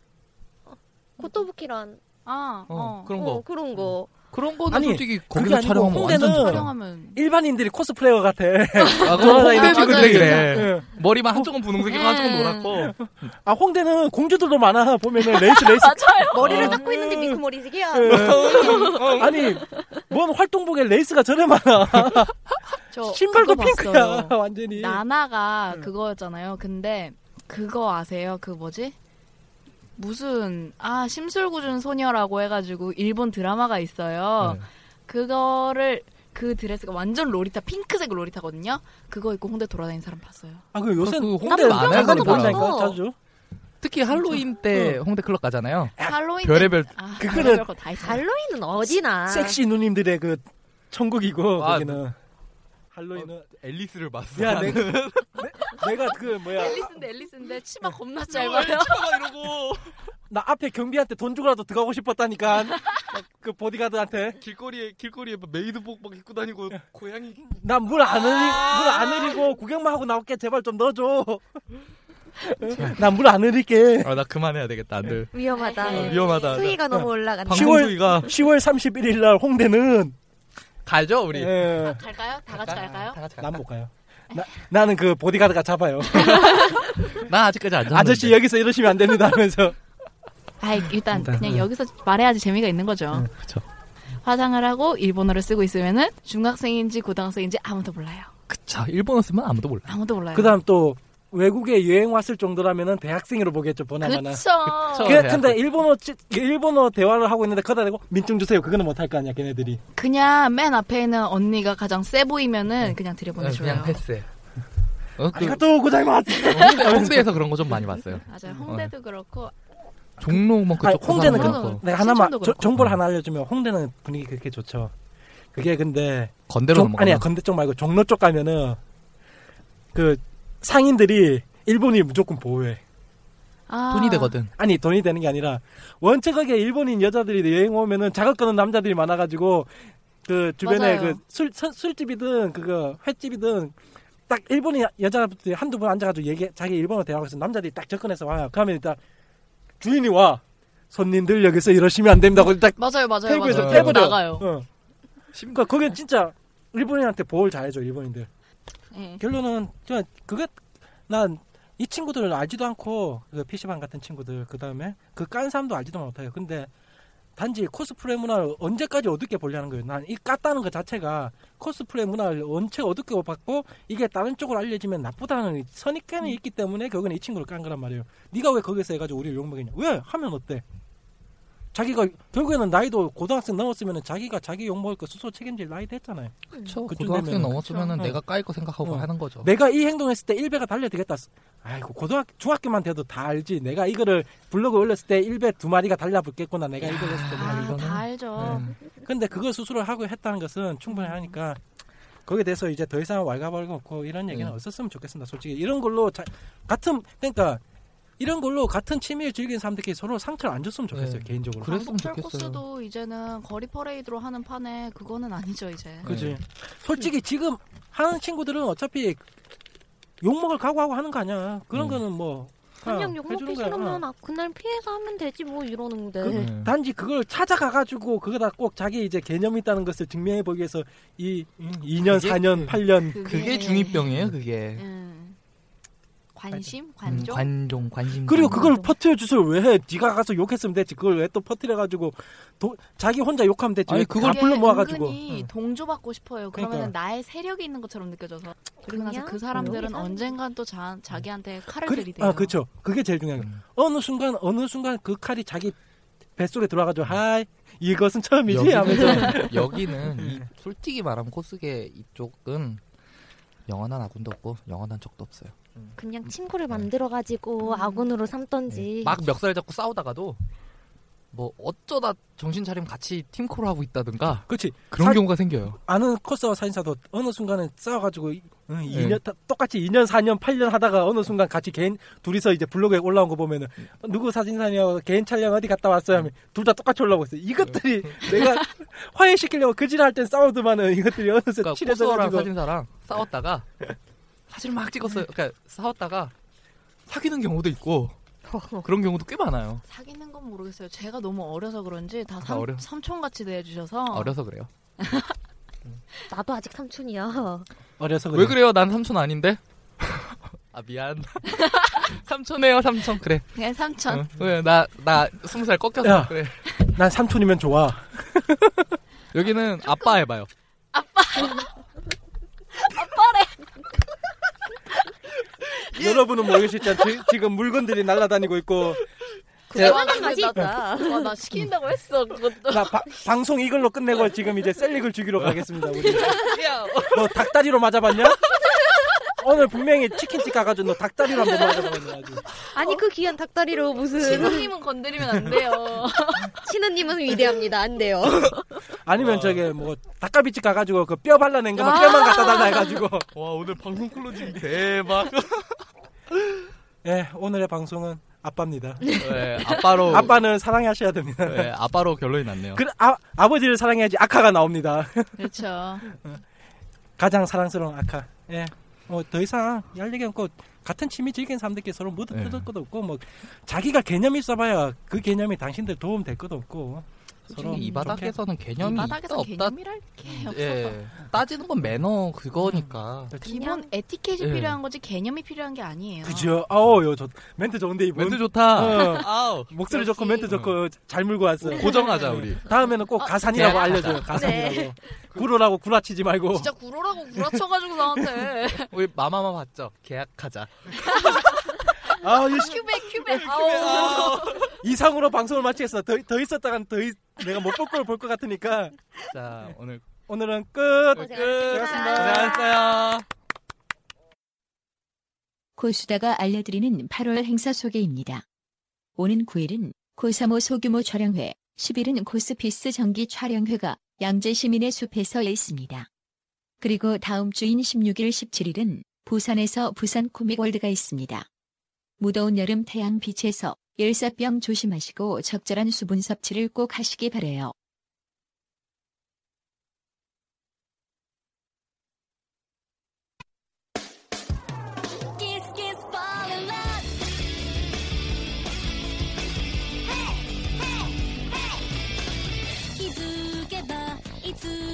[SPEAKER 7] 어, 고토부키란
[SPEAKER 8] 아
[SPEAKER 6] 어,
[SPEAKER 8] 어.
[SPEAKER 6] 그런 거. 음.
[SPEAKER 7] 어, 그런 거.
[SPEAKER 6] 그런 거는
[SPEAKER 5] 아니,
[SPEAKER 6] 솔직히
[SPEAKER 5] 그게
[SPEAKER 6] 거기서
[SPEAKER 5] 아니고
[SPEAKER 6] 촬영하면 완전
[SPEAKER 5] 홍대는-
[SPEAKER 6] 좋죠.
[SPEAKER 8] 촬영하면
[SPEAKER 5] 일반인들이 코스프레어 같아.
[SPEAKER 6] 아, 그럼 홍대도
[SPEAKER 8] 맞아요,
[SPEAKER 6] 근데
[SPEAKER 8] 맞아요.
[SPEAKER 6] 그래. 네. 머리만 한쪽은 분홍색이고
[SPEAKER 8] 네.
[SPEAKER 6] 한쪽은 노랗고. 어,
[SPEAKER 5] 아 홍대는 공주들도 많아 보면은 레이스 레이스.
[SPEAKER 7] 머리를
[SPEAKER 5] 어.
[SPEAKER 7] 닦고 있는데 미크머리색이야.
[SPEAKER 5] 음. 아니 뭔 활동복에 레이스가 저래 많아.
[SPEAKER 8] 저
[SPEAKER 5] 신발도 핑크야
[SPEAKER 8] 그거 봤어요.
[SPEAKER 5] 완전히.
[SPEAKER 8] 나나가
[SPEAKER 6] 음.
[SPEAKER 5] 응.
[SPEAKER 8] 그거였잖아요. 근데 그거 아세요? 그 뭐지? 무슨 아 심술궂은 소녀라고 해가지고 일본 드라마가 있어요.
[SPEAKER 6] 네.
[SPEAKER 8] 그거를 그 드레스가 완전 로리타 핑크색 로리타거든요. 그거 입고 홍대 돌아다니는 사람 봤어요.
[SPEAKER 5] 아 그 요새
[SPEAKER 6] 그
[SPEAKER 5] 홍대
[SPEAKER 6] 홍대 안에
[SPEAKER 5] 간간히
[SPEAKER 6] 가는
[SPEAKER 5] 보인다니까
[SPEAKER 7] 거야.
[SPEAKER 5] 자주.
[SPEAKER 6] 특히 할로윈 때 홍대 클럽 가잖아요.
[SPEAKER 8] 할로윈 때-
[SPEAKER 6] 별의별
[SPEAKER 8] 아,
[SPEAKER 5] 그거는-
[SPEAKER 8] 별의별 거다 있어요.
[SPEAKER 7] 갈로이는 어디나.
[SPEAKER 5] 섹시 누님들의 그 천국이고
[SPEAKER 6] 아,
[SPEAKER 5] 거기는. 할로윈은
[SPEAKER 6] 앨리스를 봤어.
[SPEAKER 5] 야 내가 내가 그 뭐야
[SPEAKER 8] 앨리스인데 앨리스인데 치마 겁나 짧아요.
[SPEAKER 6] 이러고
[SPEAKER 5] 나 앞에 경비한테 돈 주고라도 들어가고 싶었다니까 그 보디가드한테
[SPEAKER 6] 길거리에 길거리에 메이드복 막 입고 다니고 고양이
[SPEAKER 5] 난 물 안 흐리 물안 흐리고 구경만 하고 나올게 제발 좀 넣어줘. 난 물 안 흐릴게.
[SPEAKER 6] 아 나 그만해야 되겠다 안들
[SPEAKER 7] 위험하다.
[SPEAKER 8] 아,
[SPEAKER 6] 위험하다
[SPEAKER 7] 네. 수위가 너무 올라간다.
[SPEAKER 5] 방금- 시월-
[SPEAKER 6] 방송수위가
[SPEAKER 5] 10월 31일 날 홍대는
[SPEAKER 6] 가죠 우리
[SPEAKER 5] 예,
[SPEAKER 6] 네.
[SPEAKER 8] 갈까요? 다 같이 갈까요?
[SPEAKER 6] 다 같이
[SPEAKER 5] 난못 가요. 나는 그 보디가드가 잡아요.
[SPEAKER 6] 나 아직까지 안 잡았는데.
[SPEAKER 5] 아저씨 여기서 이러시면 안 됩니다 하면서.
[SPEAKER 8] 아 일단
[SPEAKER 5] 일단,
[SPEAKER 8] 그냥
[SPEAKER 5] 음.
[SPEAKER 8] 여기서 말해야지 재미가 있는 거죠.
[SPEAKER 5] 음,
[SPEAKER 6] 그쵸.
[SPEAKER 8] 화장을 하고 일본어를 쓰고 있으면은 중학생인지 고등학생인지 아무도 몰라요.
[SPEAKER 6] 그쵸. 일본어 쓰면 아무도 몰라.
[SPEAKER 8] 아무도 몰라요.
[SPEAKER 5] 그다음 또 외국에 여행 왔을 정도라면은 대학생으로 보겠죠 보나마나.
[SPEAKER 8] 그쵸.
[SPEAKER 5] 그,
[SPEAKER 6] 대학생.
[SPEAKER 5] 근데 일본어 찌- 일본어 대화를 하고 있는데 거다 대고 민증 주세요. 그거는 못할 거 아니야 걔네들이.
[SPEAKER 8] 그냥 맨 앞에 있는 언니가 가장 세 보이면은 그냥 들여보내줘요.
[SPEAKER 6] 네, 그냥 패스. 어, 그,
[SPEAKER 5] 아리가또 고자이마스.
[SPEAKER 6] 홍대, 홍대에서 그런 거 좀 많이 봤어요.
[SPEAKER 8] 맞아요. 홍대도 그렇고
[SPEAKER 6] 종로 뭐
[SPEAKER 5] 아니,
[SPEAKER 6] 그쪽
[SPEAKER 5] 홍대는
[SPEAKER 6] 부산
[SPEAKER 8] 그렇고.
[SPEAKER 6] 그쪽
[SPEAKER 5] 내가 하나만
[SPEAKER 8] 신촌도
[SPEAKER 5] 저-
[SPEAKER 8] 그렇고.
[SPEAKER 5] 정보를 하나 알려주면 홍대는 분위기 그렇게 좋죠. 그게 근데
[SPEAKER 6] 건대로
[SPEAKER 5] 종,
[SPEAKER 6] 넘어가.
[SPEAKER 5] 아니야 건대 쪽 말고 종로 쪽 가면은 그 상인들이 일본이 무조건 보호해.
[SPEAKER 8] 아,
[SPEAKER 6] 돈이 되거든.
[SPEAKER 5] 아니 돈이 되는 게 아니라 원체 거기에 일본인 여자들이 여행 오면은 작업 거는 남자들이 많아가지고 그 주변에
[SPEAKER 8] 맞아요.
[SPEAKER 5] 그술 술집이든 그거 횟집이든 딱 일본인 여자분들이 한두 분 앉아가지고 얘기 자기 일본어 대화하고 있으면 남자들이 딱 접근해서 와요. 그러면 딱 주인이 와 손님들 여기서 이러시면 안 됩니다고 딱
[SPEAKER 8] 맞아요, 맞아요,
[SPEAKER 5] 테이블에서
[SPEAKER 8] 맞아요.
[SPEAKER 5] 떼버려.
[SPEAKER 8] 나가요.
[SPEAKER 5] 어. 그러니까 그게 진짜 일본인한테 보호를 잘해줘 일본인들.
[SPEAKER 8] 예.
[SPEAKER 5] 결론은 그냥 그게 난 이 친구들을 알지도 않고 그 PC방 같은 친구들 그 다음에 그 깐 사람도 알지도 못해요. 근데 단지 코스프레 문화를 언제까지 어둡게 보려는 거예요. 난 이 깠다는 것 자체가 코스프레 문화를 언제 어둡게 봤고 이게 다른 쪽으로 알려지면 나쁘다는
[SPEAKER 8] 음.
[SPEAKER 5] 선입견이 있기 때문에 결국엔 이 친구를 깐 거란 말이에요. 네가 왜 거기서 해가지고 우리를 욕먹이냐? 왜 하면 어때? 자기가 결국에는 나이도 고등학생 넘었으면 자기가 자기 욕먹을 거 스스로 책임질 나이 됐잖아요.
[SPEAKER 6] 그쵸.
[SPEAKER 5] 그쯤
[SPEAKER 6] 고등학생
[SPEAKER 5] 되면은.
[SPEAKER 6] 넘었으면은
[SPEAKER 5] 그쵸.
[SPEAKER 6] 내가 까일 거 생각하고
[SPEAKER 5] 어.
[SPEAKER 6] 하는 거죠.
[SPEAKER 5] 내가 이 행동했을 때 1배가 달려들겠다. 아이고 고등학교 중학교만 돼도 다 알지. 내가 이거를 블로그 올렸을 때 1배 두 마리가 달라붙겠구나. 내가 이걸 했을 때. 내가
[SPEAKER 8] 아,
[SPEAKER 5] 이거는.
[SPEAKER 8] 다 알죠.
[SPEAKER 6] 음.
[SPEAKER 5] 근데 그걸 스스로 하고 했다는 것은 충분히 하니까 거기에 대해서 이제 더 이상 왈가왈가 없고 이런 얘기는
[SPEAKER 6] 네.
[SPEAKER 5] 없었으면 좋겠습니다. 솔직히 이런 걸로 자- 같은 그러니까 이런 걸로 같은 취미를 즐기는 사람들끼리 서로 상처를 안 줬으면 좋겠어요.
[SPEAKER 6] 네.
[SPEAKER 5] 개인적으로.
[SPEAKER 6] 그랬으면
[SPEAKER 8] 왕복절
[SPEAKER 6] 좋겠어요.
[SPEAKER 8] 코스도 이제는 거리 퍼레이드로 하는 판에 그거는 아니죠 이제.
[SPEAKER 5] 그지.
[SPEAKER 6] 네.
[SPEAKER 5] 음. 솔직히 지금 하는 친구들은 어차피 욕먹을 각오하고 하는 거 아니야. 그런
[SPEAKER 6] 음.
[SPEAKER 5] 거는 뭐
[SPEAKER 4] 그냥
[SPEAKER 5] 어,
[SPEAKER 4] 욕
[SPEAKER 5] 해주는
[SPEAKER 4] 먹기
[SPEAKER 5] 거야.
[SPEAKER 4] 싫으면 아, 그날 피해서 하면 되지 뭐 이러는데
[SPEAKER 5] 그-
[SPEAKER 6] 네.
[SPEAKER 5] 단지 그걸 찾아가가지고 그거다 꼭 자기 이제 개념이 있다는 것을 증명해 보기 위해서 이 2년,
[SPEAKER 6] 음. 그게-
[SPEAKER 5] 4년,
[SPEAKER 6] 음.
[SPEAKER 5] 8년
[SPEAKER 6] 그게 중2병이에요,
[SPEAKER 5] 네,
[SPEAKER 6] 그게.
[SPEAKER 8] 음. 관심,
[SPEAKER 6] 음,
[SPEAKER 8] 관종.
[SPEAKER 6] 관종, 관심.
[SPEAKER 5] 그리고
[SPEAKER 6] 관종.
[SPEAKER 5] 그걸 퍼트려 주세요 왜 해? 네가 가서 욕했으면 됐지 그걸 왜 또 퍼트려가지고 도- 자기 혼자 욕하면 됐지
[SPEAKER 6] 아니,
[SPEAKER 5] 왜
[SPEAKER 6] 그걸-
[SPEAKER 5] 다 불러 모아가지고 음.
[SPEAKER 8] 은근히 동조받고 싶어요. 그러면
[SPEAKER 5] 그러니까.
[SPEAKER 8] 나의 세력이 있는 것처럼 느껴져서. 그리고 나서
[SPEAKER 4] 그냥
[SPEAKER 8] 그 사람들은
[SPEAKER 4] 여기 사는
[SPEAKER 8] 언젠간 또 자, 자기한테 칼을
[SPEAKER 5] 그리-
[SPEAKER 8] 들이대요.
[SPEAKER 5] 아 그렇죠 그게 제일 중요한 거예요
[SPEAKER 6] 음.
[SPEAKER 5] 어느 순간 어느 순간 그 칼이 자기 뱃속에 들어와가지고 하이 이것은 처음이지 네. 하면서
[SPEAKER 6] 여기는, 여기는 이, 솔직히 말하면 코스계 이쪽은 영원한 아군도 없고 영원한 적도 없어요.
[SPEAKER 4] 그냥 친구를 만들어가지고 아군으로 삼던지
[SPEAKER 6] 네. 음. 막 멱살 잡고 싸우다가도 뭐 어쩌다 정신 차리면 같이 팀콜 하고 있다든가
[SPEAKER 5] 그렇지
[SPEAKER 6] 그런
[SPEAKER 5] 사-
[SPEAKER 6] 경우가 생겨요.
[SPEAKER 5] 아는 코스와 사인사도 어느 순간에 싸워가지고 이- 응,
[SPEAKER 6] 네.
[SPEAKER 5] 2년 다- 똑같이 2년 4년 8년 하다가 어느 순간 같이 개인 둘이서 이제 블로그에 올라온 거 보면은 어, 누구 사진사냐고 개인 촬영 어디 갔다 왔어요 하면 둘 다 똑같이 올라오고 있어요. 이것들이
[SPEAKER 6] 네.
[SPEAKER 5] 내가 화해시키려고 그질할 땐 싸우더만은 이것들이 어느새
[SPEAKER 6] 그러니까 코스랑
[SPEAKER 5] 칠해져가지고
[SPEAKER 6] 사진사랑 싸웠다가 사진을 막 찍었어요. 그러니까 싸웠다가 사귀는 경우도 있고 그런 경우도 꽤 많아요.
[SPEAKER 8] 어, 사귀는 건 모르겠어요. 제가 너무 어려서 그런지 다
[SPEAKER 6] 아,
[SPEAKER 8] 삼,
[SPEAKER 6] 어려-
[SPEAKER 8] 삼촌같이 대해주셔서.
[SPEAKER 6] 어려서 그래요.
[SPEAKER 4] 나도 아직 삼촌이야
[SPEAKER 5] 어려서
[SPEAKER 6] 왜 그래요? 난 삼촌 아닌데. 아 미안. 삼촌해요 삼촌 그래. 어.
[SPEAKER 8] 그냥 네,
[SPEAKER 6] 아.
[SPEAKER 8] 삼촌.
[SPEAKER 6] 왜나나 스무 살 꺾였어
[SPEAKER 5] 야.
[SPEAKER 6] 그래.
[SPEAKER 5] 난 삼촌이면 좋아.
[SPEAKER 6] 여기는 아빠 해봐요. 예.
[SPEAKER 5] 여러분은 모르시지만 지- 지금 물건들이 날아다니고 있고
[SPEAKER 8] 그만한 맛이 있다. 와, 나 시킨다고 했어. 그것도.
[SPEAKER 5] 나 바- 방송 이걸로 끝내고 지금 이제 셀릭을 죽이러 가겠습니다. 우리. 너 닭다리로 맞아봤냐? 오늘 분명히 치킨집 가가지고 너 닭다리로 한번 맞아봤냐 아주.
[SPEAKER 7] 아니 그 귀한 닭다리로 무슨
[SPEAKER 8] 지금님은 건드리면 안 돼요.
[SPEAKER 7] 신우님은 위대합니다. 안 돼요.
[SPEAKER 5] 아니면 저게 뭐 닭갈비집 가가지고 그 뼈 발라낸 거만 뼈만 갖다 달라 해가지고
[SPEAKER 6] 와 오늘 방송 클로징 대박.
[SPEAKER 5] 예 오늘의 방송은 아빠입니다.
[SPEAKER 6] 네, 아빠로
[SPEAKER 5] 아빠는 사랑하셔야 됩니다.
[SPEAKER 6] 네, 아빠로 결론이 났네요.
[SPEAKER 5] 그 아, 아버지를 사랑해야지 아카가 나옵니다.
[SPEAKER 8] 그렇죠.
[SPEAKER 5] 가장 사랑스러운 아카. 예. 뭐 더 이상 할 얘기 없고 같은 취미 즐기는 사람들끼리 서로 무드
[SPEAKER 6] 예.
[SPEAKER 5] 뜯을 것도 없고 뭐 자기가 개념이 있어봐야 그 개념이 당신들 도움 될 것도 없고
[SPEAKER 6] 솔직히 이 바닥에서는 개념이 있다
[SPEAKER 8] 바닥에서
[SPEAKER 6] 없다
[SPEAKER 8] 개념이랄 게 없어서
[SPEAKER 6] 예, 따지는 건 매너 그거니까
[SPEAKER 8] 기본 에티켓이
[SPEAKER 6] 예.
[SPEAKER 8] 필요한 거지 개념이 필요한 게 아니에요.
[SPEAKER 5] 그죠? 아우 요저 멘트 좋은데 이분
[SPEAKER 6] 멘트 좋다
[SPEAKER 5] 어.
[SPEAKER 6] 아우
[SPEAKER 5] 목소리
[SPEAKER 8] 역시.
[SPEAKER 5] 좋고 멘트 좋고 잘 물고 왔어요.
[SPEAKER 6] 고정하자 우리
[SPEAKER 5] 다음에는 꼭 가산이라고
[SPEAKER 6] 네. 그
[SPEAKER 5] 알려줘요. 가산이라고 구로라고 구라치지 말고.
[SPEAKER 8] 진짜 구로라고 구라쳐가지고 나한테
[SPEAKER 6] 우리 마마마 봤죠 계약하자
[SPEAKER 5] 아 이-
[SPEAKER 8] 큐베 큐베
[SPEAKER 5] 이상으로 방송을 마치겠어. 더, 더 있었다간 더 있- 내가 못 볼 걸 볼 것 같으니까
[SPEAKER 6] 자 오늘
[SPEAKER 5] 오늘은 끝.
[SPEAKER 6] 끝
[SPEAKER 7] 어, 고생하셨습니다.
[SPEAKER 6] 고생하셨어요
[SPEAKER 3] 고수다가 알려드리는 8월 행사 소개입니다. 오는 9일은 고3호 소규모 촬영회, 10일은 고스피스 정기 촬영회가 양재시민의 숲에서 있습니다. 그리고 다음 주인 16일 17일은 부산에서 부산 코믹월드가 있습니다. 무더운 여름 태양 빛에서 열사병 조심하시고 적절한 수분 섭취를 꼭 하시기 바래요.
[SPEAKER 4] 気づけばいつ